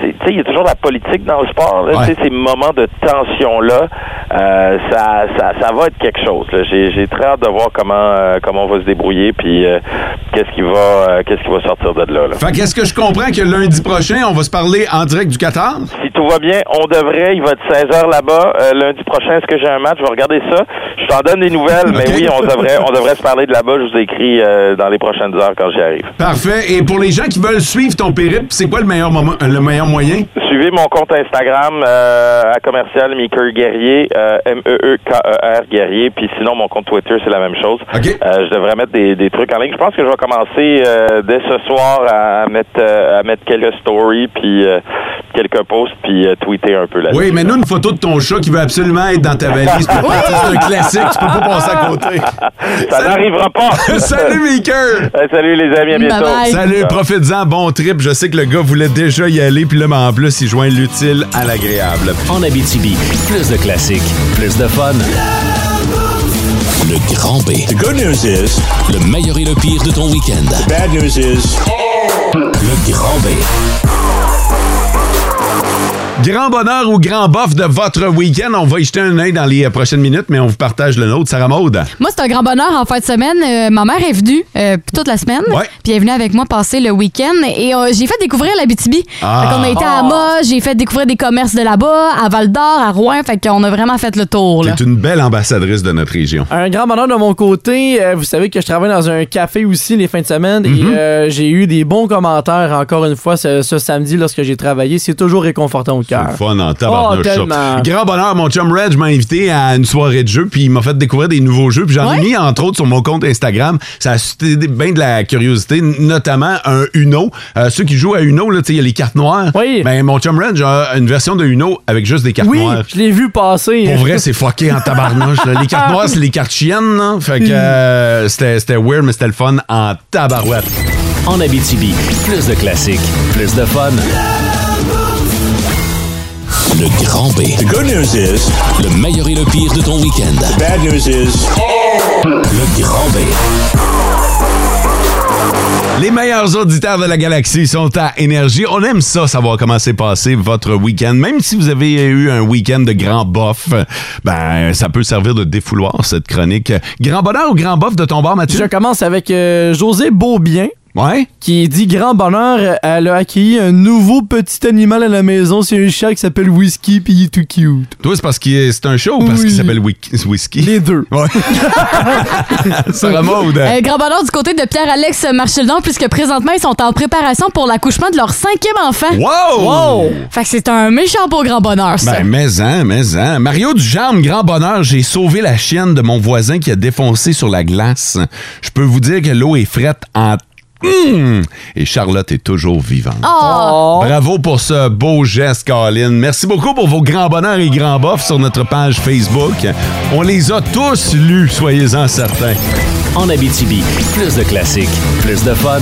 S15: tu sais, il y a toujours la politique dans le sport. là. Tu sais, Ces moments de tension-là, euh, ça, ça, ça va être quelque chose. là. J'ai j'ai très hâte de voir comment, euh, comment on va se débrouiller, puis euh, qu'est-ce qui, va, euh, qu'est-ce qui va sortir de là. là.
S3: Fait qu'est-ce que je comprends que lundi prochain, on va se parler en direct du Qatar?
S15: Si tout va bien, on devrait. Il va être 16 h là-bas. Euh, lundi prochain, est-ce que j'ai un match? Je vais regarder ça. Je t'en donne des nouvelles, mais
S3: Ok.
S15: oui, on devrait, on devrait se parler de là-bas. Je vous écris euh, dans les prochaines heures quand j'y arrive.
S3: Parfait. Et pour les gens qui veulent suivre ton périple, c'est quoi le meilleur moment, euh, le meilleur moyen?
S15: Suivez mon compte Instagram euh, à commercial Meeker Guerrier, euh, M-E-E-K-E-R E Guerrier. Puis sinon, mon compte Twitter, c'est la même chose. Euh, je devrais mettre des, des trucs en ligne. Je pense que je vais commencer euh, dès ce soir à mettre, euh, à mettre quelques stories, puis euh, quelques posts, puis euh, tweeter un peu là-dessus.
S3: Oui, mais nous, une photo de ton chat qui veut absolument être dans ta valise. pour
S15: Oui!
S3: partir. C'est un classique, tu peux pas passer à côté.
S15: Ça
S3: Salut.
S15: n'arrivera pas. Euh,
S3: Salut, Maker.
S15: salut, les amis. À bientôt.
S3: Salut, profites-en, bon trip. Je sais que le gars voulait déjà y aller, puis là, mais en plus, il joint l'utile à l'agréable.
S2: En Abitibi, plus de classiques, plus de fun. Le grand B. The good news is... Le meilleur et le pire de ton week-end. The bad news is... Le grand B.
S3: Grand bonheur ou grand bof de votre week-end. On va y jeter un œil dans les euh, prochaines minutes, mais on vous partage le nôtre. Sarah Maude.
S5: Moi, c'est un grand bonheur en fin de semaine. Euh, ma mère est venue euh, toute la semaine. Puis elle est venue avec moi passer le week-end. Et euh, j'ai fait découvrir la BTB.
S3: Ah.
S5: on a été à Amos, j'ai fait découvrir des commerces de là-bas, à Val d'Or, à Rouen. Fait qu'on a vraiment fait le tour. là.
S3: T'es une belle ambassadrice de notre région.
S4: Un grand bonheur de mon côté. euh, vous savez que je travaille dans un café aussi les fins de semaine
S3: Mhm.
S4: et euh, j'ai eu des bons commentaires encore une fois ce, ce samedi lorsque j'ai travaillé. C'est toujours réconfortant au cœur.
S3: Fun en
S4: Oh,
S3: tabarnouche, ça.
S4: tellement.
S3: Grand bonheur, mon chum Reg m'a invité à une soirée de jeu, puis il m'a fait découvrir des nouveaux jeux, puis j'en ai mis entre autres sur mon compte Instagram. Ça a suscité bien de la curiosité, notamment un Uno. Euh, ceux qui jouent à Uno, là, tu sais, il y a les cartes noires. Oui. Ben, mon chum Reg a une version de Uno avec juste des cartes
S4: Oui,
S3: noires.
S4: je l'ai vu passer.
S3: Pour vrai, c'est fucké en tabarnouche. là. Les cartes noires, c'est les cartes chiennes, là. Fait
S4: Hmm.
S3: que euh, c'était c'était weird, mais c'était le fun en tabarouette.
S2: En Abitibi, plus de classiques, plus de fun. Le grand B. The good news is... Le meilleur et le pire de ton week-end. The bad news is... Le grand B.
S3: Les meilleurs auditeurs de la galaxie sont à Énergie. On aime ça, savoir comment s'est passé votre week-end. Même si vous avez eu un week-end de grand bof, euh, ben, ça peut servir de défouloir, cette chronique. Grand bonheur ou grand bof de ton bar, Mathieu?
S4: Je commence avec euh, José Beaubien. Qui dit grand bonheur, euh, elle a accueilli un nouveau petit animal à la maison. C'est un chat qui s'appelle Whisky, puis il est tout cute.
S3: Toi, c'est parce que c'est un show ou parce qu'il s'appelle Whi- Whisky? Les
S4: deux.
S3: Ouais. hein? Sarah Maud.
S5: Euh, grand bonheur du côté de Pierre-Alex Marcheldon, puisque présentement, ils sont en préparation pour l'accouchement de leur cinquième enfant.
S3: Wow! Wow!
S5: Fait que c'est un méchant beau grand bonheur, Ah, ça.
S3: Ben, mais-en, mais-en. hein. Mario Dujarme, grand bonheur, j'ai sauvé la chienne de mon voisin qui a défoncé sur la glace. Je peux vous dire que l'eau est frette en... Hum! Et Charlotte est toujours vivante.
S11: Oh!
S3: Bravo pour ce beau geste, Colin. Merci beaucoup pour vos grands bonheurs et grands bofs sur notre page Facebook. On les a tous lus, soyez-en certains.
S2: En Abitibi, plus de classiques, plus de fun.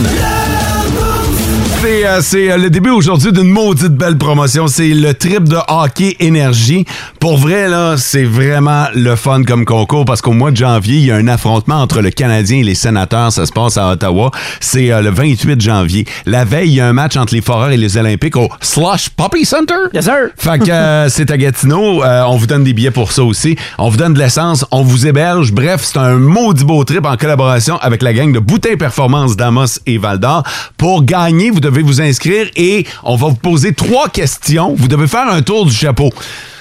S3: C'est euh, c'est, euh, le début aujourd'hui d'une maudite belle promotion. C'est le trip de hockey énergie. Pour vrai, là, c'est vraiment le fun comme concours parce qu'au mois de janvier, il y a un affrontement entre le Canadien et les sénateurs. Ça se passe à Ottawa. C'est euh, le 28 janvier. La veille, il y a un match entre les Foreurs et les Olympiques au Slush Poppy Center.
S4: Yes, sir.
S3: Fait que euh, c'est à Gatineau. Euh, on vous donne des billets pour ça aussi. On vous donne de l'essence. On vous héberge. Bref, c'est un maudit beau trip en collaboration avec la gang de Boutin Performance d'Amos et Val d'Or. Pour gagner, vous devez vous inscrire et on va vous poser trois questions. Vous devez faire un tour du chapeau.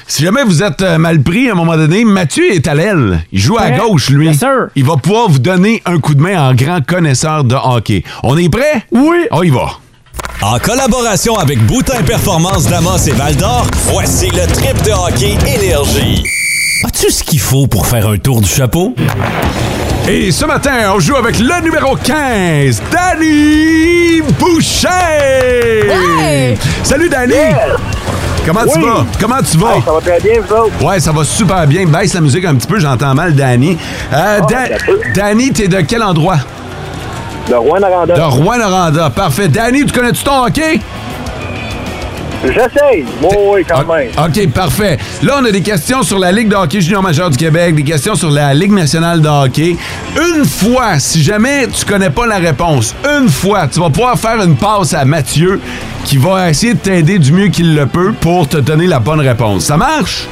S3: Si jamais vous êtes euh, mal pris à un moment donné, Mathieu est à l'aile. Il joue à
S4: Prêt?
S3: gauche, lui. Il va pouvoir vous donner un coup de main en grand connaisseur de hockey. On est prêt? Oui. On y va.
S16: En collaboration avec Boutin Performance Damas et Val d'Or, voici le trip de hockey Énergie.
S2: As-tu ce qu'il faut pour faire un tour du chapeau?
S3: Et ce matin, on joue avec le numéro 15, Danny Boucher! Salut Danny! Comment tu
S11: Oui.
S3: vas? Comment tu vas? ça va très bien, vous autres? Ouais, ça va super bien. Baisse la musique un petit peu, j'entends mal Danny. Euh, Dan- Danny, t'es de quel endroit? De Rouen-Noranda. De Rouen-Noranda, parfait. Danny, tu connais-tu ton hockey? J'essaye. oui, quand même. OK, parfait. Là, on a des questions sur la Ligue de hockey junior majeur du Québec, des questions sur la Ligue nationale de hockey. Une fois, si jamais tu connais pas la réponse, une fois, tu vas pouvoir faire une passe à Mathieu qui va essayer de t'aider du mieux qu'il le peut pour te donner la bonne réponse. Ça marche?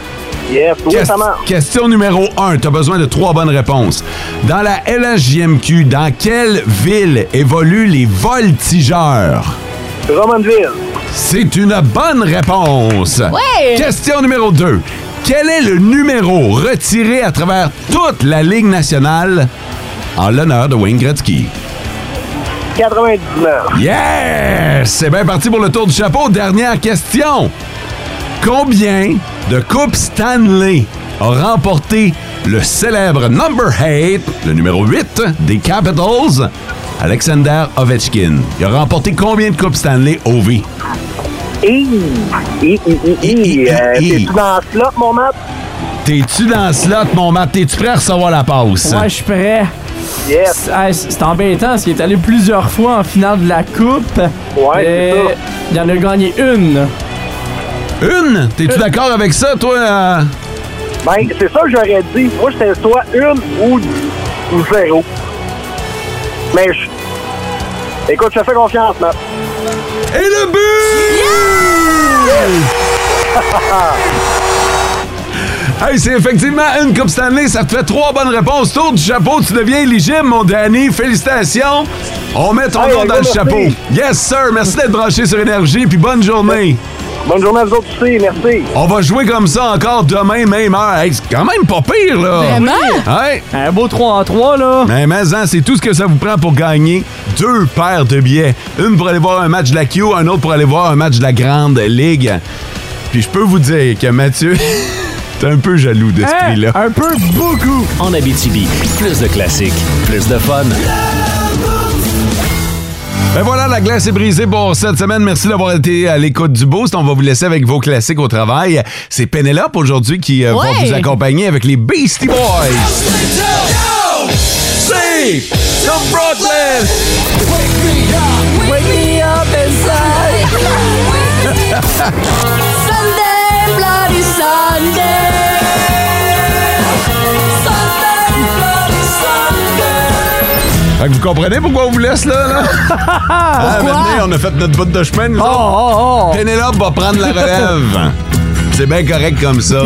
S15: Yes, oui,
S3: Quest-
S15: ça marche.
S3: Question numéro 1. Tu as besoin de trois bonnes réponses. Dans la LHJMQ, dans quelle ville évoluent les voltigeurs?
S15: Drummondville.
S3: C'est une bonne réponse.
S11: Ouais!
S3: Question numéro 2. Quel est le numéro retiré à travers toute la Ligue nationale en l'honneur de Wayne Gretzky?
S15: 99.
S3: Yes! C'est bien parti pour le tour du chapeau. Dernière question. Combien de coupes Stanley a remporté le célèbre number 8, le numéro 8 des Capitals, Alexander Ovechkin? Il a remporté combien de coupes Stanley au V?
S15: Et, et, et, et, euh,
S3: et.
S15: t'es-tu dans ce lot, mon map?
S3: T'es-tu dans le slot, mon Matt? T'es-tu prêt à recevoir la passe?
S4: Ouais, je suis prêt.
S15: Yes.
S4: C'est embêtant parce qu'il est allé plusieurs fois en finale de la Coupe.
S15: Ouais,
S4: Et Il en a gagné une.
S3: Une? T'es-tu d'accord avec ça, toi? euh?
S15: Ben, c'est ça que j'aurais dit. Moi, c'était soit une ou, ou zéro. Mais je... Écoute, je te fais confiance, Matt.
S3: Et le
S11: but!
S3: Hey, c'est effectivement une Coupe Stanley. Ça te fait trois bonnes réponses. Tour du chapeau, tu deviens éligible, mon Danny. Félicitations. On met ton
S15: Hey,
S3: nom
S15: un gros
S3: dans le
S15: merci.
S3: chapeau. Yes, sir. Merci d'être branché sur Énergie, puis bonne journée.
S15: Bonne journée à vous autres aussi. Merci.
S3: On va jouer comme ça encore demain, même heure. Hey, c'est quand même pas pire, là.
S15: Ben
S4: Vraiment?
S3: Ouais.
S4: Un beau 3 en 3, là.
S3: Mais, mais hein, c'est tout ce que ça vous prend pour gagner deux paires de billets. Une pour aller voir un match de la Q, un autre pour aller voir un match de la Grande Ligue. Puis je peux vous dire que Mathieu, t'es un peu jaloux de ce prix-là.
S4: Hein? Un peu beaucoup.
S2: En Abitibi, plus de classiques, plus de fun.
S3: Ben voilà, la glace est brisée pour cette semaine. Merci d'avoir été à l'écoute du Boost. On va vous laisser avec vos classiques au travail. C'est Penelope aujourd'hui qui euh, va
S11: Ouais.
S3: vous accompagner avec les Beastie Boys.
S11: C'est Tom Brooklyn! Wake me up! Wake me up inside! Sunday, bloody Sunday! Sunday, bloody Sunday!
S3: Fait que vous comprenez pourquoi on vous laisse là, là? Ah,
S11: Pourquoi?
S3: maintenant, on a fait notre bout de chemin, nous
S11: Oh,
S3: autres.
S11: oh, oh.
S3: Penelope va prendre la relève. C'est bien correct comme ça.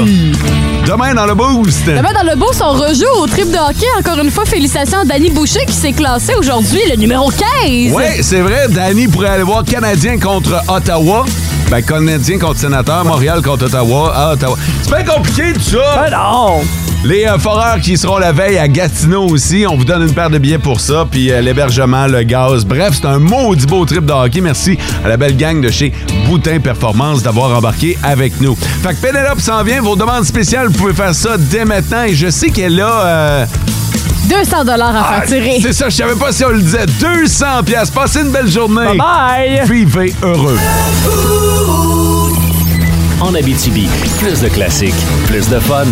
S3: Demain dans le Boost.
S11: Eh
S5: Demain, dans le beau, on rejoue au trip de hockey. Encore une fois, félicitations à Danny Boucher qui s'est classé aujourd'hui, le numéro 15.
S3: Oui, c'est vrai. Danny pourrait aller voir Canadien contre Ottawa. Ben, Canadien contre Sénateur, Montréal contre Ottawa, à Ottawa. C'est pas compliqué, tout ça! Ben non! Les euh, foreurs qui seront la veille à Gatineau aussi, on vous donne une paire de billets pour ça, puis euh, l'hébergement, le gaz. Bref, c'est un maudit beau trip de hockey. Merci à la belle gang de chez Boutin Performance d'avoir embarqué avec nous. Fait que Pénélope s'en vient, vos demandes spéciales, vous pouvez faire ça dès maintenant, et je sais qu'elle a... euh,
S5: 200 dollars à
S3: ah,
S5: faire tirer.
S3: C'est ça, je savais pas si on le disait. 200 pièces. Passez une belle journée.
S2: Bye-bye.
S3: Vivez heureux.
S2: En Abitibi, plus de classiques, plus de fun.